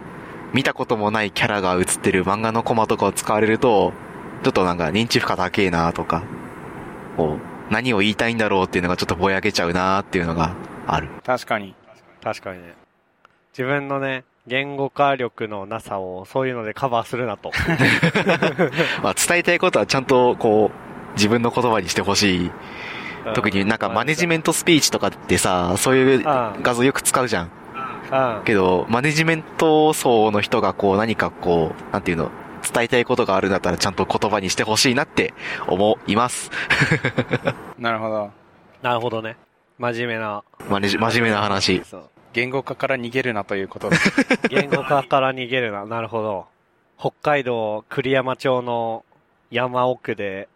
Speaker 3: う、見たこともないキャラが映ってる漫画のコマとかを使われると、ちょっとなんか認知負荷高えなとか、こう、何を言いたいんだろうっていうのがちょっとぼやけちゃうなっていうのがある。
Speaker 2: 確かに。
Speaker 1: 確かにね。自分のね、言語化力のなさを、そういうのでカバーするなと。
Speaker 3: まあ伝えたいことはちゃんと、こう、自分の言葉にしてほしい。特になんかマネジメ
Speaker 1: ン
Speaker 3: ントスピーチとかってさ、そういう
Speaker 1: ああ
Speaker 3: 画像よく使うじゃん。
Speaker 1: ト。うん。
Speaker 3: けど、マネジメント層の人がこう何かこう、なんていうの、伝えたいことがあるんだったらちゃんと言葉にしてほしいなって思います。
Speaker 2: なるほど。
Speaker 1: なるほどね。真面目な。
Speaker 3: マネジ真面目な話。
Speaker 1: そう。
Speaker 2: 言語化から逃げるなということで。
Speaker 1: 言語化から逃げるな。なるほど。北海道栗山町の山奥で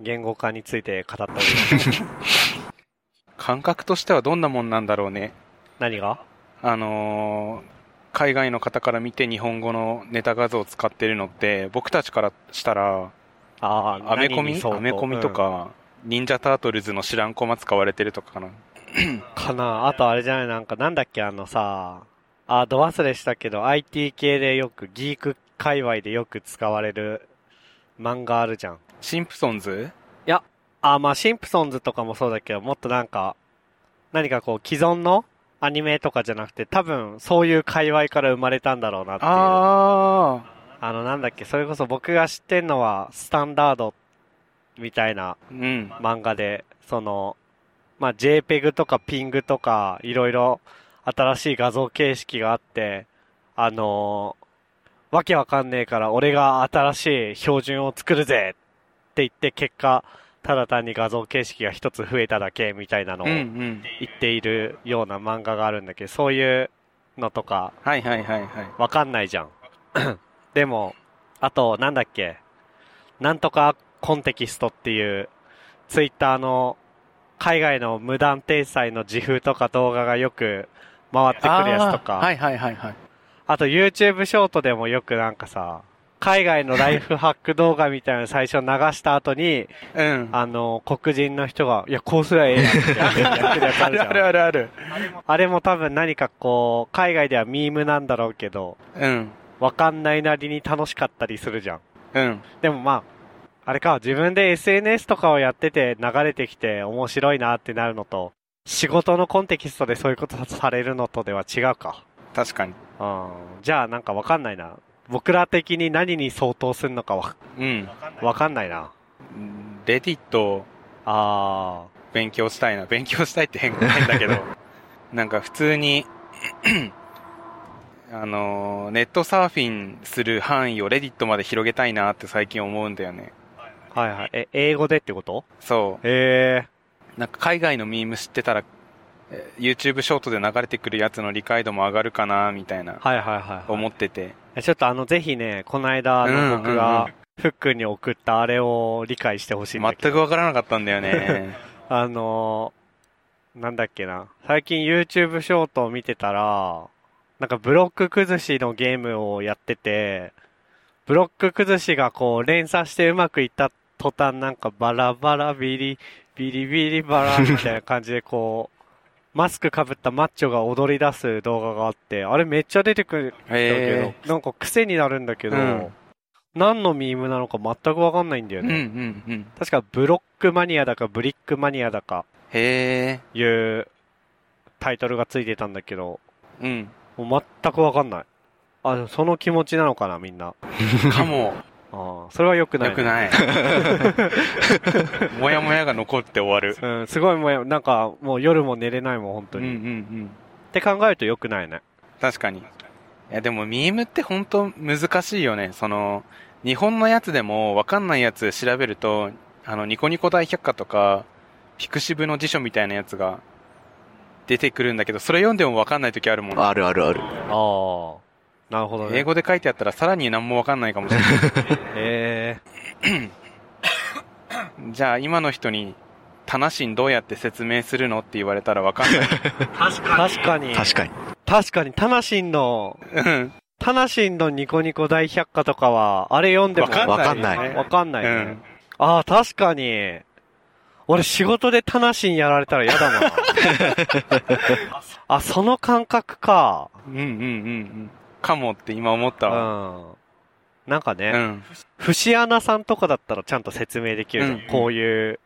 Speaker 1: 言語化について語ったわけ だ
Speaker 2: 感覚としてはどんなもんなんだろうね。
Speaker 1: 何が
Speaker 2: あのー海外の方から見て日本語のネタ画像を使ってるのって、僕たちからしたら、
Speaker 1: ああ、
Speaker 2: アメコ
Speaker 1: 何
Speaker 2: ミ
Speaker 1: に相当
Speaker 2: アメコミと、か、忍者タートルズの知らんコマ使われてるとかかな。
Speaker 1: うんかな。あとあれじゃない、なんかなんだっけ、あのさ、あ、ど忘れしたけど、IT 系でよく、ギーク界隈でよく使われる漫画あるじゃん。
Speaker 2: シンプソンズ
Speaker 1: あ、まあ、シンプソンズとかもそうだけど、もっとなんか、何かこう、既存のアニメとかじゃなくて、多分、そういう界隈から生まれたんだろうなっていう。あ
Speaker 2: あ
Speaker 1: の、なんだっけ、それこそ僕が知ってんのは、スタンダードみたいな
Speaker 2: あうん。
Speaker 1: 漫画で、その、まあ、JPEG とか PING とか、いろいろ新しい画像形式があって、あのーわけわかんねえから俺が新しい標準を作るぜって言って結果、ただ単に画像形式が一つ増えただけみたいなのを
Speaker 2: うんう
Speaker 1: 言
Speaker 2: ん。
Speaker 1: っているような漫画があるんだけど、そういうのとか、
Speaker 2: はいはいはいはい。
Speaker 1: わかんないじゃん。 でも、あと、なんだっけ。なんとかコンテキストっていう、ツイッターの海外の無断転載の自負とか動画がよく回ってくるやつとか、
Speaker 2: あ
Speaker 1: あ,、
Speaker 2: ーはいはいはいはい。
Speaker 1: と YouTube ショートでもよくなんかさ、海外のライフハック動画みたいなの最初流した後に、
Speaker 2: うん。
Speaker 1: あの、黒人の人が、いや、こうすりゃええやんってやってるやつあ
Speaker 2: あ
Speaker 1: る
Speaker 2: る
Speaker 1: じゃ
Speaker 2: ある
Speaker 1: ん。
Speaker 2: あるある。
Speaker 1: あれも多分何かこう、海外ではミームなんだろうけど、
Speaker 2: うん。
Speaker 1: わかんないなりに楽しかったりするじゃん。
Speaker 2: うん。
Speaker 1: でもまあ、あれか、自分で SNS とかをやってて流れてきて面白いなってなるのと、仕事のコンテキストでそういうことされるのとでは違うか。
Speaker 2: 確かに。
Speaker 1: うん。じゃあなんかわかんないな。僕ら的に何に相当するのかわ、
Speaker 2: うん。
Speaker 1: わかんないな。
Speaker 2: レディットを
Speaker 1: あ
Speaker 2: 勉強したいな。勉強したいって変変だけ ど、なんか普通に、 あのー、ネットサーフィンする範囲をレディットまで広げたいなって最近思うんだよね。
Speaker 1: ー。はいはい。え、英語でってこと
Speaker 2: そ
Speaker 1: へえ。
Speaker 2: う。なんか海外のミーム知ってたら、えー YouTube ショートで流れてくるやつの理解度も上がるかな、みたいな、
Speaker 1: はいはいはい、はい
Speaker 2: 思ってて。
Speaker 1: え。ちょっとあの、ぜひね、この間あの
Speaker 2: うん
Speaker 1: 僕
Speaker 2: うんう
Speaker 1: が、フックに送ったあれを理解してほしいんだ
Speaker 2: 全
Speaker 1: けど。
Speaker 2: くわからなかったん だよね。
Speaker 1: あのーなんだっけな。最近 YouTube ショートを見てたら、なんかブロック崩しのゲームをやってて、ブロック崩しがこう連鎖してうまくいった途端なんかバラバラビリ、ビリビリバラみたいな感じでこう、 マスクかぶったマッチョが踊り出す動画があって、あれめっちゃ出てくるんだ
Speaker 2: え
Speaker 1: けど、なんか癖になるんだけど、
Speaker 2: うん
Speaker 1: 何のミームなのか全くわかんないんだよ
Speaker 2: ー、うん
Speaker 1: ね。
Speaker 2: うんうん。
Speaker 1: 確かブロックマニアだかブリックマニアだか、
Speaker 2: へ
Speaker 1: いうタイトルがついてたんだけど、
Speaker 2: え、うん。
Speaker 1: もう全くわかんない。あ、でもその気持ちなのかな、みんな。
Speaker 2: かも。
Speaker 1: あーそれは良くない、
Speaker 2: よく ない。もやもやが残って終わる。
Speaker 1: うん、すごいもう、なんか、もう夜も寝れないもん、本当に。
Speaker 2: うんう
Speaker 1: っ
Speaker 2: んうん。
Speaker 1: て考えると良くないね。
Speaker 2: 確かに。いや、でも、ミームって本当難しいよね。その、日本のやつでも、わかんないやつ調べると、あの、ニコニコ大百科とか、ピクシブの辞書みたいなやつが出てくるんだけど、それ読んでもわかんない時あるもん。
Speaker 3: あるあるある。
Speaker 1: ああ。なるほどね。
Speaker 2: 英語で書いてあったら、さらに何もわかんないかもしれない。
Speaker 1: え
Speaker 2: じゃあ、今の人に、タナシンどうやって説明するのって言われたらわか んない。
Speaker 1: ー、確かに。
Speaker 3: 確かに。
Speaker 1: 確かに、タナシンの、
Speaker 2: うん。
Speaker 1: タナシンのニコニコ大百科とかは、あれ読んでも
Speaker 2: わかんない。
Speaker 3: わかんない
Speaker 1: わかんないね。
Speaker 2: うん。
Speaker 1: ああ、確かに。俺仕事でタナシンやられたら嫌だ な。あ、その感覚か。
Speaker 2: うんうんうんうん。かもって今思っ
Speaker 1: う
Speaker 2: たわ。
Speaker 1: ん。なんか
Speaker 2: う
Speaker 1: ね、
Speaker 2: ん。
Speaker 1: 節穴さんとかだったらちゃんと説明できるじゃん。
Speaker 2: うん
Speaker 1: こういう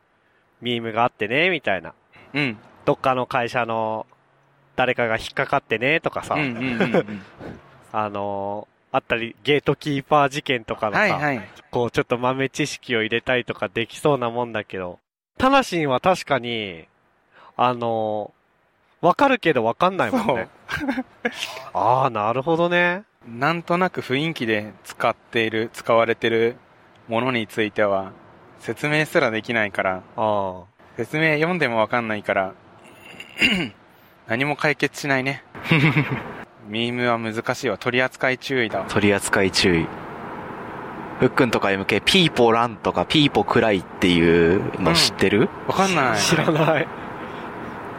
Speaker 1: ミームがあってね、みたいな。
Speaker 2: うん。
Speaker 1: どっかの会社の誰かが引っかかってね、とかさ。
Speaker 2: うんうんうんうん。
Speaker 1: あのーあったり、ゲートキーパー事件とかのさ、
Speaker 2: はいはい。
Speaker 1: こうちょっと豆知識を入れたりとかできそうなもんだけど、タナシンは確かに、あのーわかるけどわかんないもん
Speaker 2: そう
Speaker 1: ね。。ああ、なるほどね。
Speaker 2: なんとなく雰囲気で使っている、使われてるものについては、説明すらできないから、
Speaker 1: あ
Speaker 2: 説明読んでもわかんないから、 何も解決しない ね。ミームは難しいわ。取り扱い注意だわ。
Speaker 3: 取り扱い注意。ふっくんとか MK、ピーポランとかピーポくらいっていうの知ってる、
Speaker 2: わかん
Speaker 1: あ、
Speaker 2: ない。
Speaker 1: 知らない。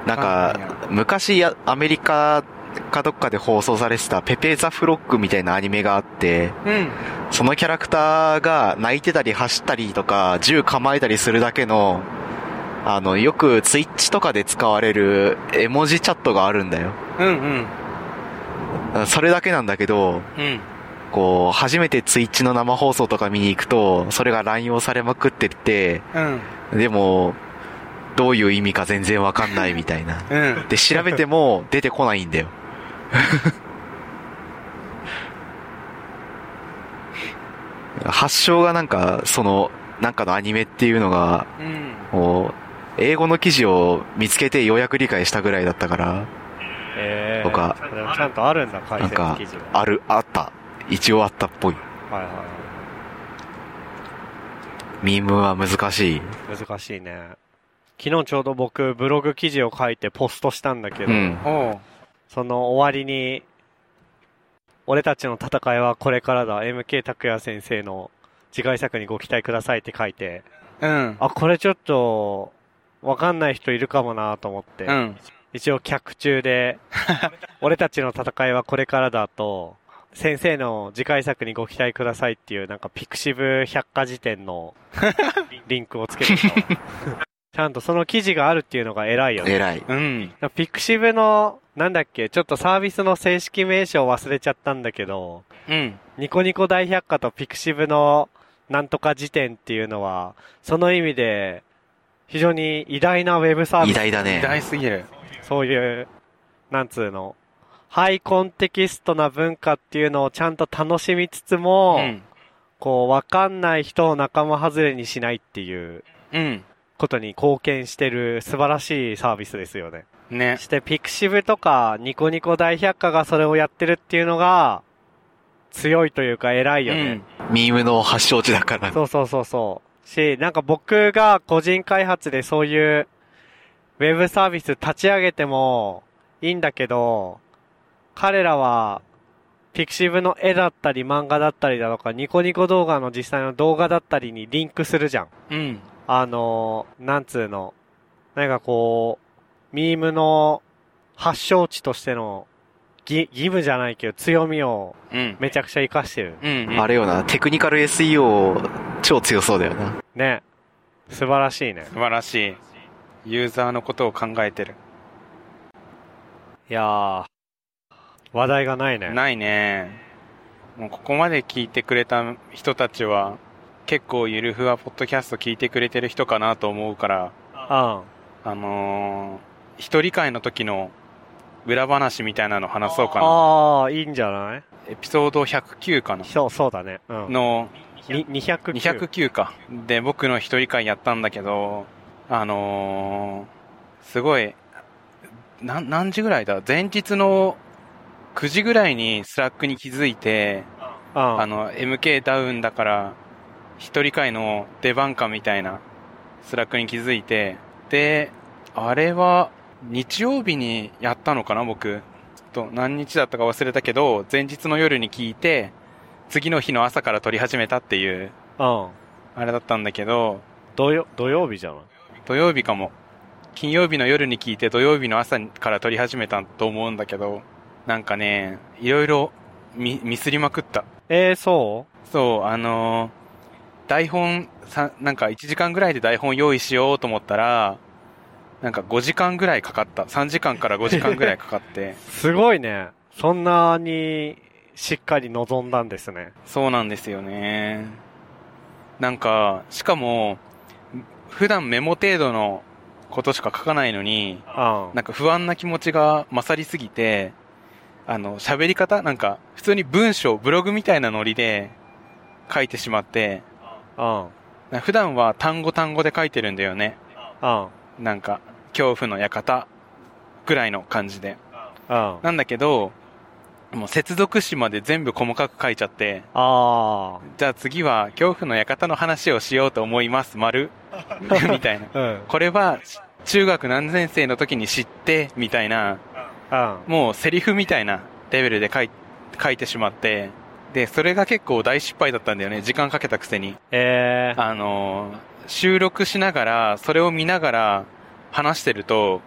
Speaker 3: なんか、昔やアメリカかどっかで放送されてたペペザフロックみたいなアニメがあって、
Speaker 2: うん。
Speaker 3: そのキャラクターが泣いてたり走ったりとか、銃構えたりするだけの、あの、よくツイッチとかで使われる絵文字チャットがあるんだよ。
Speaker 2: うんうん。
Speaker 3: それだけなんだけど、
Speaker 2: うん。
Speaker 3: こう、初めてツイッチの生放送とか見に行くと、それが乱用されまくってて、
Speaker 2: うん。
Speaker 3: でも、どういう意味か全然わかんないみたい な。
Speaker 2: うん。
Speaker 3: で、調べても出てこないんだ よ。発祥がなんか、その、なんかのアニメっていうのが、
Speaker 2: うん。
Speaker 3: こう英語の記事を見つけてようやく理解したぐらいだったから、
Speaker 1: ええ
Speaker 3: とか
Speaker 1: でもちゃんとあるんだ、解
Speaker 3: なん
Speaker 1: 説
Speaker 3: か
Speaker 1: 記事が。
Speaker 3: ある、あった。一応あったっぽい。
Speaker 1: はいは
Speaker 3: ミームは難しい。
Speaker 1: い。難しいね。昨日ちょうど僕、ブログ記事を書いてポストしたんだけど、
Speaker 3: うん。
Speaker 2: おう。
Speaker 1: その終わりに、俺たちの戦いはこれからだ、MK 拓也先生の次回作にご期待くださいって書いて、
Speaker 2: うん。
Speaker 1: あ、これちょっと、わかんない人いるかもなと思って、
Speaker 2: うん。
Speaker 1: 一応客中 で、俺たちの戦いはこれからだと、先生の次回作にご期待くださいっていう、なんかピクシブ百科事典 のリンクをつけてたわちゃんとその記事があるっていうのが偉いよね。
Speaker 3: 偉い。
Speaker 2: うん。
Speaker 1: ピクシブの、なんだっけ、ちょっとサービスの正式名称忘れちゃったんだけど、
Speaker 2: うん。
Speaker 1: ニコニコ大百科とピクシブのなんとか辞典っていうのは、その意味で、非常に偉大なウェブサービ
Speaker 3: 偉
Speaker 1: ス。
Speaker 3: 大だね
Speaker 2: 偉。大すぎる。
Speaker 1: そういう、なんつうの、ハイコンテキストな文化っていうのをちゃんと楽しみつつ
Speaker 2: う
Speaker 1: も、
Speaker 2: ん。
Speaker 1: こう、わかんない人を仲間外れにしないっていう
Speaker 2: うん。
Speaker 1: ことに貢献してる素晴らしいサービスですよね。
Speaker 2: ね
Speaker 1: そ。 して、ピクシブとか、ニコニコ大百科がそれをやってるっていうのが、強いというか偉いよね。
Speaker 3: ミームの発祥地だから。
Speaker 1: そうそうそうそう。し、なんか僕が個人開発でそういうウェブサービス立ち上げてもいいんだけど、彼らは、ピクシブの絵だったり漫画だったりだとか、ニコニコ動画の実際の動画だったりにリンクするじゃん。
Speaker 2: うん。うん。
Speaker 1: あのー、なんつうの、なんかこう、ミームの発祥地としてのぎ義務じゃないけど強みを
Speaker 2: うん。
Speaker 1: めちゃくちゃ活かしてる。
Speaker 2: うん。うん
Speaker 3: あれよな、テクニカル SEO 超強そうだよな。
Speaker 1: ね。素晴らしいね。
Speaker 2: 素晴らしい。ユーザーのことを考えてる。
Speaker 1: いやー、話題がないね。
Speaker 2: ないね。もうここまで聞いてくれた人たちは、結構ゆるふわポッドキャスト聞いてくれてる人かなと思うから、
Speaker 1: うん。
Speaker 2: あのー、一人会の時の裏話みたいなの話そうかな。
Speaker 1: あー、いいんじゃない
Speaker 2: エピソード109かな
Speaker 1: そう、そうだね。うん。
Speaker 2: の、
Speaker 1: に209。
Speaker 2: 209か。で、僕の一人会やったんだけど、あのー、すごい、な、何時ぐらいだ前日の9時ぐらいにスラックに気づいて、
Speaker 1: うん。
Speaker 2: あの、MK ダウンだから、一人会の出番かみたいな、スラックに気づいて、で、あれは、日曜日にやったのかな、僕。ちょっと何日だったか忘れたけど、前日の夜に聞いて、次の日の朝から撮り始めたっていう、
Speaker 1: うん。
Speaker 2: あれだったんだけど、
Speaker 1: 土曜、土曜日じゃない
Speaker 2: 土曜日かも。金曜日の夜に聞いて土曜日の朝から撮り始めたと思うんだけど、なんかね、いろいろミミスりまくった。
Speaker 1: えー、そ
Speaker 2: そう、あのー台本さ、なんか1時間ぐらいで台本用意しようと思ったら、なんか5時間ぐらいかかった。3時間から5時間ぐらいかかって
Speaker 1: う。すごいね。そんなに、しっかり望んだんですね。
Speaker 2: そうなんですよね。なんか、しかも、普段メモ程度のことしか書かないのに、
Speaker 1: うん。あ
Speaker 2: なんか不安な気持ちが勝りすぎて、あの、喋り方なんか、普通に文章、ブログみたいなノリで書いてしまって、
Speaker 1: うん。うん。
Speaker 2: なんか普段は単語単語で書いてるんだよね。
Speaker 1: うん。
Speaker 2: なんか、恐怖の館ぐらいの感じで。
Speaker 1: あ
Speaker 2: なんだけど、もう接続詞まで全部細かく書いちゃって、
Speaker 1: あ
Speaker 2: じゃあ次は恐怖の館の話をしようと思います、丸。みたい
Speaker 1: ー。
Speaker 2: な。
Speaker 1: うん。
Speaker 2: これは、中学何年生の時に知って、みたいな、
Speaker 1: うん。
Speaker 2: もうセリフみたいなレベルで書い書いてしまって、で、それが結構大失敗だったんだよね、時間かけたくせに。
Speaker 1: えー。
Speaker 2: あのー、収録しながら、それを見ながら話してると、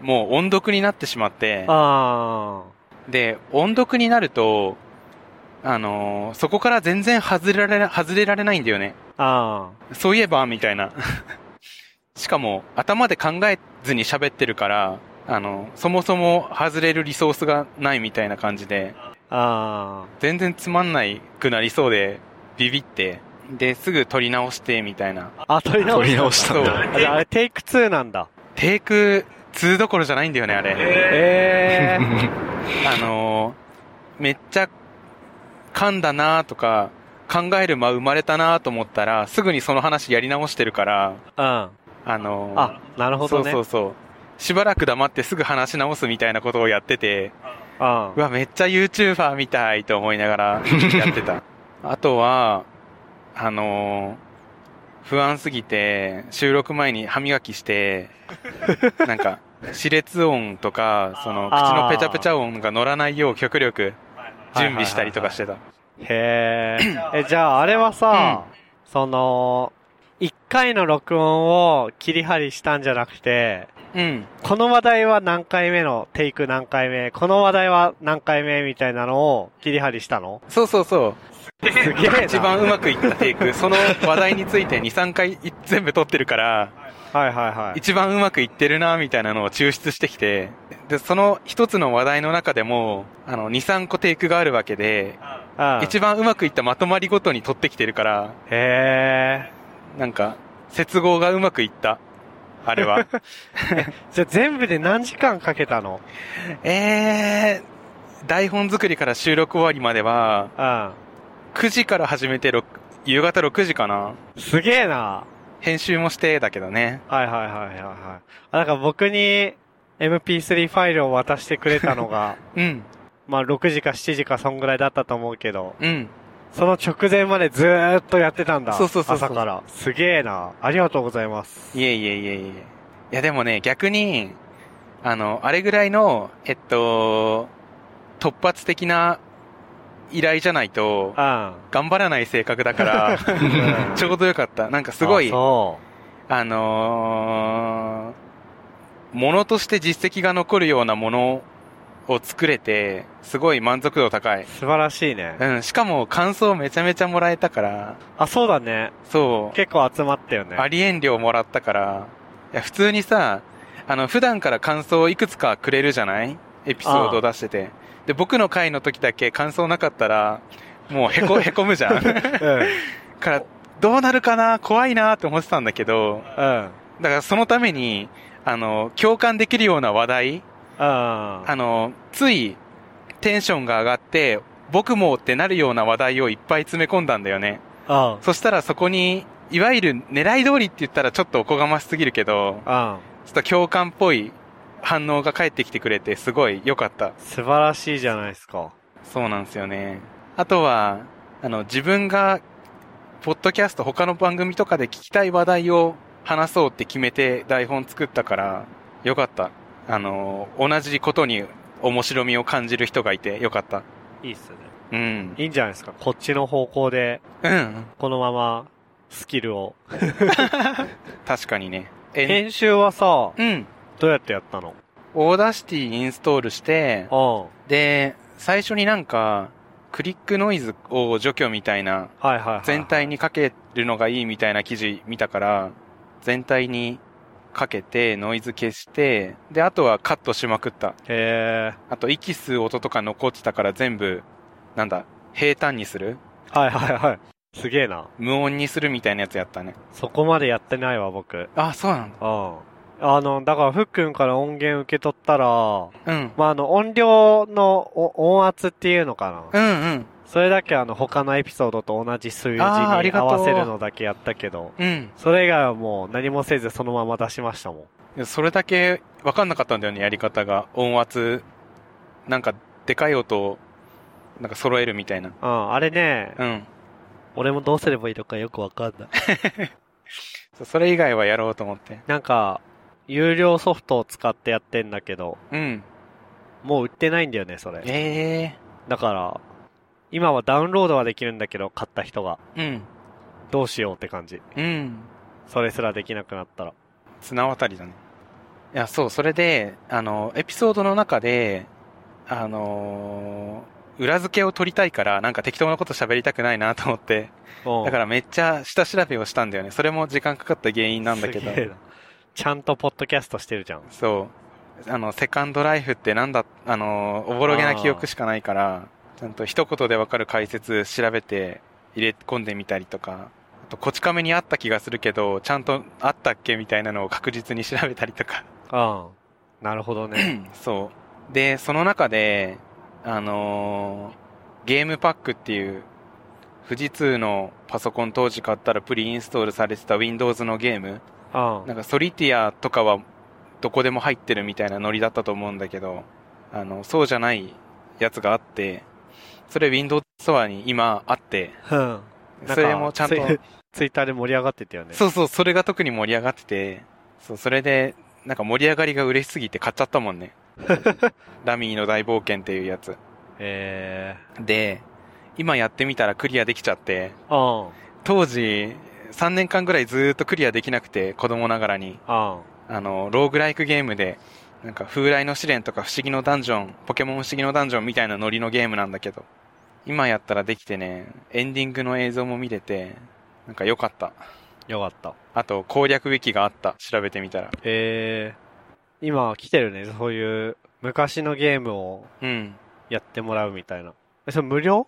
Speaker 2: もう音読になってしまって、
Speaker 1: あ
Speaker 2: で、音読になると、あのー、そこから全然外れられ、外れられないんだよね。
Speaker 1: ー。あ
Speaker 2: そういえば、みたいな。 しかも、頭で考えずに喋ってるから、あの、そもそも外れるリソースがないみたいな感じで、
Speaker 1: ー。あ
Speaker 2: 全然つまんないくなりそうで、ビビって、で、すぐ撮り直して、みたいな。
Speaker 1: ー。あ、取り直
Speaker 3: 取
Speaker 1: し
Speaker 3: り
Speaker 1: た
Speaker 3: 直したん だ。
Speaker 1: あじゃああれ、テイク2なんだ。
Speaker 2: テイク2どころじゃないんだよね、あれ。
Speaker 1: えー。
Speaker 2: あのーめっちゃ噛んだなとか、考える間生まれたなと思ったら、すぐにその話やり直してるから、
Speaker 1: うん。
Speaker 2: あのー
Speaker 1: あ、なるほどね。
Speaker 2: そうそうそう。しばらく黙ってすぐ話し直すみたいなことをやってて、
Speaker 1: うん
Speaker 2: う。わ、めっちゃ YouTuber みたいと思いながらやってた。あとは、あのー不安すぎて、収録前に歯磨きして、なんか、歯列音とか、その、口のペチャペチャ音が乗らないよう極力準備したりとかしてた。
Speaker 1: へえ。え、じゃああれはさ、その、一回の録音を切り張りしたんじゃなくて、
Speaker 2: うん。
Speaker 1: この話題は何回目の、テイク何回目、この話題は何回目みたいなのを切り張りしたの
Speaker 2: そうそうそう。
Speaker 1: すげえな。
Speaker 2: 一番うまくいったテイク、その話題について2、3回い全部撮ってるから、
Speaker 1: はいはいはい。
Speaker 2: 一番うまくいってるなみたいなのを抽出してきて、で、その一つの話題の中でも、あの、2、3個テイクがあるわけで、
Speaker 1: うん
Speaker 2: 一番うまくいったまとまりごとに取ってきてるから、
Speaker 1: へえ。
Speaker 2: なんか、接合がうまくいった。あれは。
Speaker 1: じゃあ全部で何時間かけたの
Speaker 2: えー、台本作りから収録終わりまでは、
Speaker 1: うん。
Speaker 2: 9時から始めて6、夕方6時かな。
Speaker 1: すげえな。
Speaker 2: 編集もして、だけどね。
Speaker 1: はいはいはいはいはい。あ、なんか僕に MP3 ファイルを渡してくれたのが、
Speaker 2: うん、
Speaker 1: まあ6時か7時かそんぐらいだったと思うけど、
Speaker 2: うん。
Speaker 1: その直前までずーっとやってたんだ。
Speaker 2: そうそうそうそう
Speaker 1: 朝から。すげえな。ありがとうございます。
Speaker 2: いえいえいえいえ。いやでもね、逆に、あの、あれぐらいの、えっと、突発的な依頼じゃないと
Speaker 1: う、ん。
Speaker 2: 頑張らない性格だから、ちょうどよかった。なんかすごい、
Speaker 1: あ
Speaker 2: あ
Speaker 1: そ。。
Speaker 2: のー、ものとして実績が残るようなものを作れて、すごい満足度高いう
Speaker 1: 素晴らしいね。
Speaker 2: うん、しかも感想めちゃめちゃもらえたから、
Speaker 1: あ、そうだね。
Speaker 2: そう。
Speaker 1: 結構集まったよね。
Speaker 2: ありえん量もらったから、いや、普通にさ、あの、普段から感想をいくつかくれるじゃないエピソードを出してて。で、僕の回の時だけ感想なかったら、もうへこ、へ こむじゃん。だ
Speaker 1: うん。
Speaker 2: から、どうなるかな怖いなって思ってたんだけど、
Speaker 1: うん。
Speaker 2: だからそのために、あの、共感できるような話題、
Speaker 1: うん。
Speaker 2: あの、つい、テンションが上がって、僕もってなるような話題をいっぱい詰め込んだんだよね。
Speaker 1: うん。
Speaker 2: そしたらそこに、いわゆる狙い通りって言ったらちょっとおこがましすぎるけど、
Speaker 1: うん。
Speaker 2: ちょっと共感っぽい反応が返ってきてくれて、すごい良かった。
Speaker 1: 素晴らしいじゃないですか。
Speaker 2: そうなんですよね。あとは、あの、自分が、ポッドキャスト他の番組とかで聞きたい話題を話そうって決めて台本作ったから、良かった。あの、同じことに面白みを感じる人がいて良かった。
Speaker 1: いいっすね。
Speaker 2: うん。
Speaker 1: いいんじゃないですか。こっちの方向で、
Speaker 2: うん。
Speaker 1: このまま、スキルを。
Speaker 2: 確かにね。え、
Speaker 1: 編集はさ、
Speaker 2: うん。
Speaker 1: どうやってやったの
Speaker 2: オーダーシティインストールして、
Speaker 1: うん。
Speaker 2: で、最初になんか、クリックノイズを除去みたいな
Speaker 1: はいはいはい。
Speaker 2: 全体にかけるのがいいみたいな記事見たから、全体にかけて、ノイズ消して、で、あとはカットしまくった。
Speaker 1: へ
Speaker 2: あと、息吸う音とか残ってたから全部、なんだ、平坦にする
Speaker 1: ー。はいはいはい。すげえな。
Speaker 2: 無音にするみたいなやつやったね。
Speaker 1: そこまでやってないわ、僕。うん。
Speaker 2: あ、そうなんだ。
Speaker 1: あの、だから、ふっくんから音源受け取ったら、
Speaker 2: うん。
Speaker 1: まあ、あの、音量のお音圧っていうのかな。
Speaker 2: うんうん。
Speaker 1: それだけあの、他のエピソードと同じ数字に
Speaker 2: あーありが
Speaker 1: 合
Speaker 2: とう
Speaker 1: わせるのだけやったけど、
Speaker 2: うん。
Speaker 1: それ以外はもう何もせずそのまま出しましたもん。
Speaker 2: いやそれだけ分かんなかったんだよね、やり方が。音圧、なんか、でかい音を、なんか揃えるみたいな。
Speaker 1: うん、あれね、
Speaker 2: うん。
Speaker 1: 俺もどうすればいいのかよくわかんない。
Speaker 2: そそれ以外はやろうと思って。
Speaker 1: なんか、有料ソフトを使ってやってんだけど、
Speaker 2: うん。
Speaker 1: もう売ってないんだよね、それ。
Speaker 2: え
Speaker 1: だから、今はダウンロードはできるんだけど、買った人が。
Speaker 2: えうん。
Speaker 1: どうしようって感じ。
Speaker 2: うん。
Speaker 1: それすらできなくなったら。
Speaker 2: 綱渡りだね。いや、そう、それで、あの、エピソードの中で、あのー裏付けを取りたいから、なんか適当なこと喋りたくないなと思って、
Speaker 1: うん
Speaker 2: だからめっちゃ下調べをしたんだよね。それも時間かかった原因なんだけど
Speaker 1: す。げえなちゃんとポッドキャストしてるじゃん。
Speaker 2: そう。あの、セカンドライフってなんだ、あの、おぼろげな記憶しかないから、ちゃんと一言でわかる解説調べて入れ込んでみたりとか、あと、こち亀にあった気がするけど、ちゃんとあったっけみたいなのを確実に調べたりとか。
Speaker 1: うん。なるほどね。
Speaker 2: そう。で、その中で、あのーゲームパックっていう、富士通のパソコン当時買ったらプリインストールされてた Windows のゲーム、
Speaker 1: うん。
Speaker 2: なんかソリティアとかはどこでも入ってるみたいなノリだったと思うんだけど、あの、そうじゃないやつがあって、それ Windows ストアに今あって、
Speaker 1: うん。なんか
Speaker 2: それもちゃんと、
Speaker 1: ツイツイッターで盛り上がってたよね。
Speaker 2: そうそう、それが特に盛り上がってて、そう、それで、なんか盛り上がりが嬉しすぎて買っちゃった もんね。ダミーの大冒険っていうやつ。
Speaker 1: え
Speaker 2: で、今やってみたらクリアできちゃって、
Speaker 1: ー。うん。
Speaker 2: 当時、3年間ぐらいずーっとクリアできなくて、子供ながらに。
Speaker 1: うん。
Speaker 2: あの、ローグライクゲームで、なんか風来の試練とか不思議のダンジョン、ポケモン不思議のダンジョンみたいなノリのゲームなんだけど、今やったらできてね、エンディングの映像も見れて、なんか良かった。
Speaker 1: よかった。
Speaker 2: あと、攻略ウィキがあった。調べてみたら。
Speaker 1: えー。今来てるね。そういう昔のゲームを
Speaker 2: うん。
Speaker 1: やってもらうみたいな。え、それ無料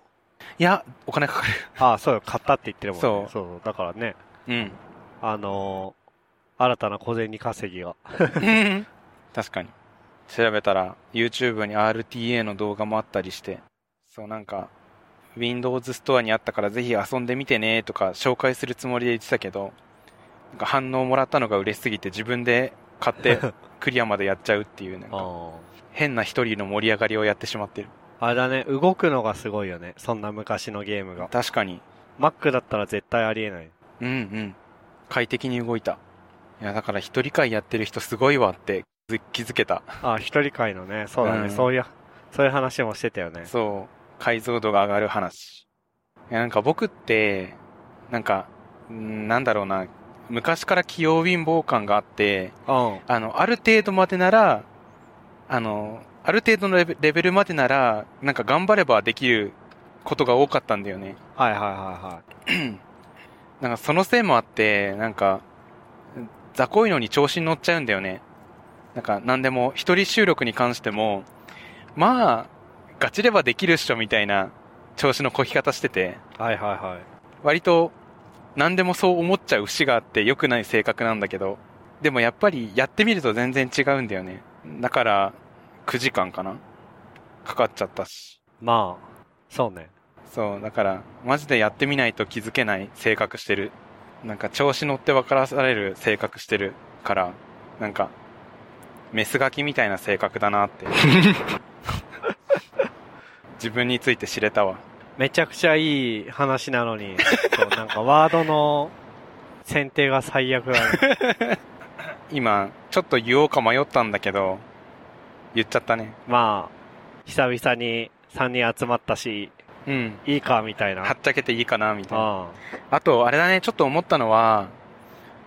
Speaker 2: いや、お金かか
Speaker 1: ああ、そうよ、買ったって言ってるもんね。
Speaker 2: そう
Speaker 1: そうだからね、
Speaker 2: る。
Speaker 1: あのー新たな小銭稼ぎが。
Speaker 2: うん。 確かに。調べたら、YouTube に RTA の動画もあったりして、そうなんか、Windows ストアにあったからぜひ遊んでみてねとか紹介するつもりで言ってたけど、なんか反応もらったのが嬉しすぎて自分で買 ってクリアまでやっちゃうっていうなんか
Speaker 1: あ
Speaker 2: 変な一人の盛り上がりをやってしまってる。
Speaker 1: あれだね、動くのがすごいよね。そんな昔のゲームが。
Speaker 2: 確かに。
Speaker 1: Mac だったら絶対ありえない。
Speaker 2: うんうん。快適に動いた。いや、だから一人会やってる人すごいわって気づ気づけた。
Speaker 1: ああ、一人会のね、そうだね、
Speaker 2: うん
Speaker 1: そういう、そういう話もしてたよね。
Speaker 2: そう。解像度が上がる話。いや、なんか僕って、なんか、うんなんだろうな、昔から器用貧乏感があって、
Speaker 1: うん。
Speaker 2: あの、ある程度までなら、あの、ある程度のレベレベルまでなら、なんか頑張ればできることが多かったんだよね。
Speaker 1: はいはいは
Speaker 2: なんかそのせいもあって、なんか、雑魚いのに調子に乗っちゃうんだよね。なんか何でも、一人収録に関しても、まあ、ガチればできるっしょみたいな調子のこき方してて、
Speaker 1: いはい。はいはいはい。
Speaker 2: 割と何でもそう思っちゃう節があって良くない性格なんだけど、でもやっぱりやってみると全然違うんだよね。だから、9時間かなかかっちゃったし。
Speaker 1: まあ、そうね。
Speaker 2: そう、だから、マジでやってみないと気づけない性格してる。なんか調子乗って分からされる性格してるから、なんか、メスガキみたいな性格だなって。自分について知れたわ。
Speaker 1: めちゃくちゃいい話なのに、そうなんかワードの選定が最悪だ ね。
Speaker 2: 今、ちょっと言おうか迷ったんだけど、言っちゃったね。
Speaker 1: まあ、久々に3人集まったし、
Speaker 2: うん。
Speaker 1: いいか、みたいな。
Speaker 2: はっちゃけていいかな、みたいな。
Speaker 1: あ
Speaker 2: あと、あれだね、ちょっと思ったのは、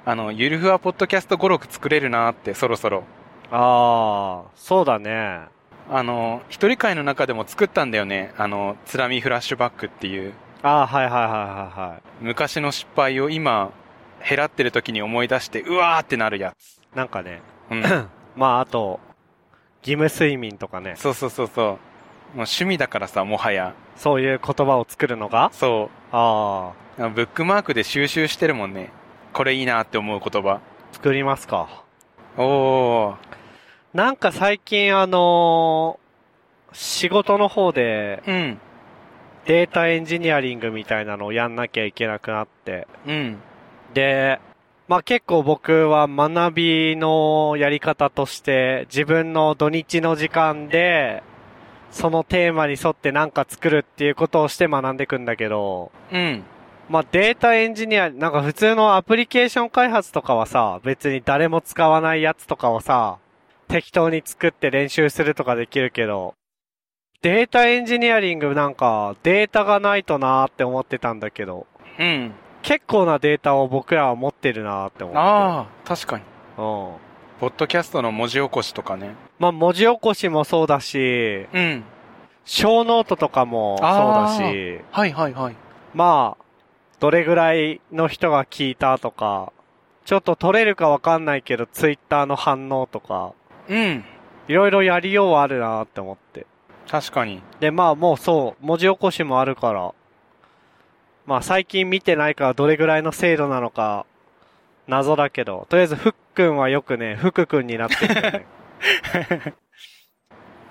Speaker 2: あの、ゆるふわポッドキャスト5、6作れるなって、そろそろ。
Speaker 1: あああ、そうだね。
Speaker 2: あの、一人会の中でも作ったんだよね。あの、つらみフラッシュバックっていう、
Speaker 1: ああ、はいはいはいはいは
Speaker 2: 昔の失敗を今、減らってる時に思い出して、うわーってなるやつ。
Speaker 1: い。なんかね、
Speaker 2: うん。
Speaker 1: まああと、義務睡眠とかね、
Speaker 2: そうそうそうそう。もう趣味だからさ、もはや。
Speaker 1: そういう言葉を作るのが、
Speaker 2: そ
Speaker 1: ああ、
Speaker 2: う。ブックマークで収集してるもんね。これいいなって思う言葉。
Speaker 1: 作りますか。
Speaker 2: おー。
Speaker 1: なんか最近あのー仕事の方で
Speaker 2: うん。
Speaker 1: データエンジニアリングみたいなのをやんなきゃいけなくなって、
Speaker 2: うん。
Speaker 1: で、まあ結構僕は学びのやり方として自分の土日の時間でそのテーマに沿って何か作るっていうことをして学んでいくんだけど、
Speaker 2: うん。
Speaker 1: まあデータエンジニア、なんか普通のアプリケーション開発とかはさ、別に誰も使わないやつとかをさ、適当に作って練習するとかできるけど、データエンジニアリングなんかデータがないとなーって思ってたんだけど、
Speaker 2: うん。
Speaker 1: 結構なデータを僕らは持ってるなーって思って。
Speaker 2: あー、確かに。
Speaker 1: うん。
Speaker 2: ポッドキャストの文字起こしとかね。
Speaker 1: まあ、文字起こしもそうだし、
Speaker 2: うん。
Speaker 1: 小ノートとかも
Speaker 2: あー
Speaker 1: そうだし、
Speaker 2: はいはいはい。
Speaker 1: まあ、どれぐらいの人が聞いたとか、ちょっと取れるかわかんないけど、ツイッターの反応とか、
Speaker 2: うん。
Speaker 1: いろいろやりようはあるなって思って。
Speaker 2: 確かに。
Speaker 1: で、まあもうそう、文字起こしもあるから、まあ最近見てないからどれぐらいの精度なのか、謎だけど、とりあえずふっくんはよくね、ふくくんになってるよね。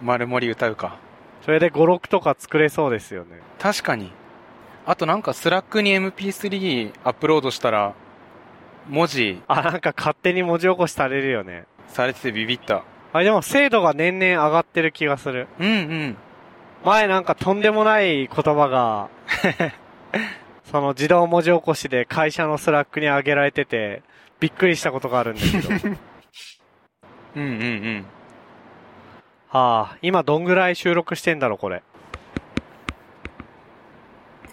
Speaker 2: 丸森歌うか。
Speaker 1: それで5、6とか作れそうですよね。
Speaker 2: 確かに。あとなんかスラックに MP3 アップロードしたら、文字
Speaker 1: あ、なんか勝手に文字起こしされるよね。
Speaker 2: されててビビった。
Speaker 1: あ、でも精度が年々上がってる気がする。
Speaker 2: うんうん。
Speaker 1: 前なんかとんでもない言葉が、その自動文字起こしで会社のスラックに上げられてて、びっくりしたことがあるんだけど。
Speaker 2: うんうんうん。
Speaker 1: はあ、今どんぐらい収録してんだろう、これ。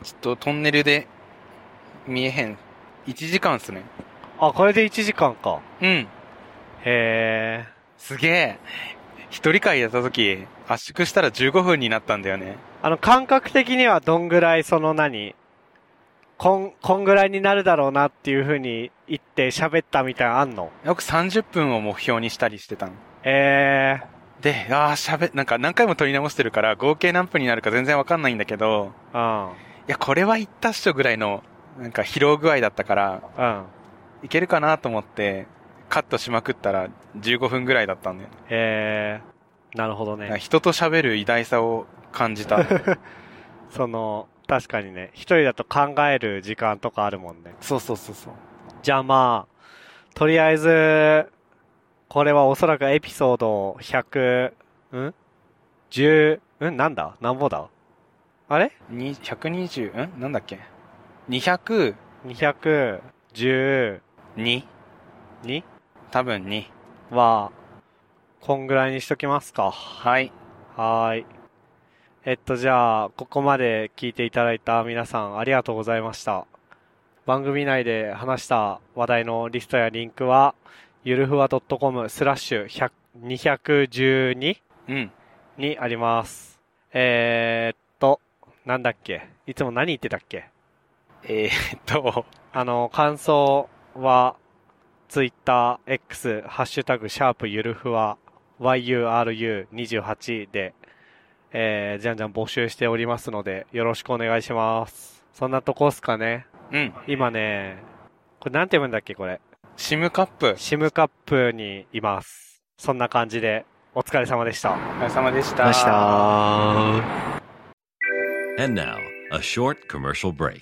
Speaker 2: ちょっとトンネルで見えへん。1時間っすね。
Speaker 1: あ、これで1時間か。
Speaker 2: うん。
Speaker 1: へえ。
Speaker 2: すげえ。一人会やった時、圧縮したら15分になったんだよね。
Speaker 1: あの、感覚的にはどんぐらい、その何こん、こんぐらいになるだろうなっていう風に言って喋ったみたいなのあんの
Speaker 2: よく30分を目標にしたりしてたの。
Speaker 1: ええ
Speaker 2: で、ああ、喋、なんか何回も撮り直してるから、合計何分になるか全然わかんないんだけど、
Speaker 1: うん。
Speaker 2: いや、これは行ったっしょぐらいの、なんか疲労具合だったから、
Speaker 1: うん。
Speaker 2: いけるかなと思って、カットしまくったら15分ぐらいだったんだよね。
Speaker 1: えー、なるほど
Speaker 2: なんか
Speaker 1: ね。
Speaker 2: 人と喋る偉大さを感じた。
Speaker 1: その、確かにね、一人だと考える時間とかあるもんね。
Speaker 2: そうそうそうそう。
Speaker 1: じゃあまあ、とりあえず、これはおそらくエピソード100、ん ?10、んなんだなんぼだあれ
Speaker 2: に120、んなんだっけ ?202?
Speaker 1: ?212
Speaker 2: 多分2。
Speaker 1: は、こんぐらいにしときますか。
Speaker 2: はい。
Speaker 1: はーい。えっと、じゃあ、ここまで聞いていただいた皆さんありがとうございました。番組内で話した話題のリストやリンクは、ゆるふわ .com スラッシュ100 212
Speaker 2: うん。
Speaker 1: にあります。えー、っと、なんだっけいつも何言ってたっけ
Speaker 2: えー、っと、
Speaker 1: あの、感想は、ツイッター X、ハッシュタグ、シャープゆるふわ、yuru28 で、えー、じゃんじゃん募集しておりますので、よろしくお願いします。そんなとこっすかね。
Speaker 2: うん。
Speaker 1: 今ね、これなんて読むんだっけ、これ。
Speaker 2: シムカップ。
Speaker 1: シムカップにいます。そんな感じで、お疲れ様でした。
Speaker 2: お疲れ様でし
Speaker 3: ました。
Speaker 4: And now, a short commercial break.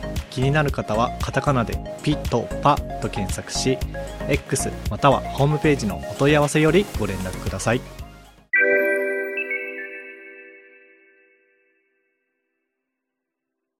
Speaker 5: 気になる方はカタカナでピトパと検索し X またはホームページのお問い合わせよりご連絡ください。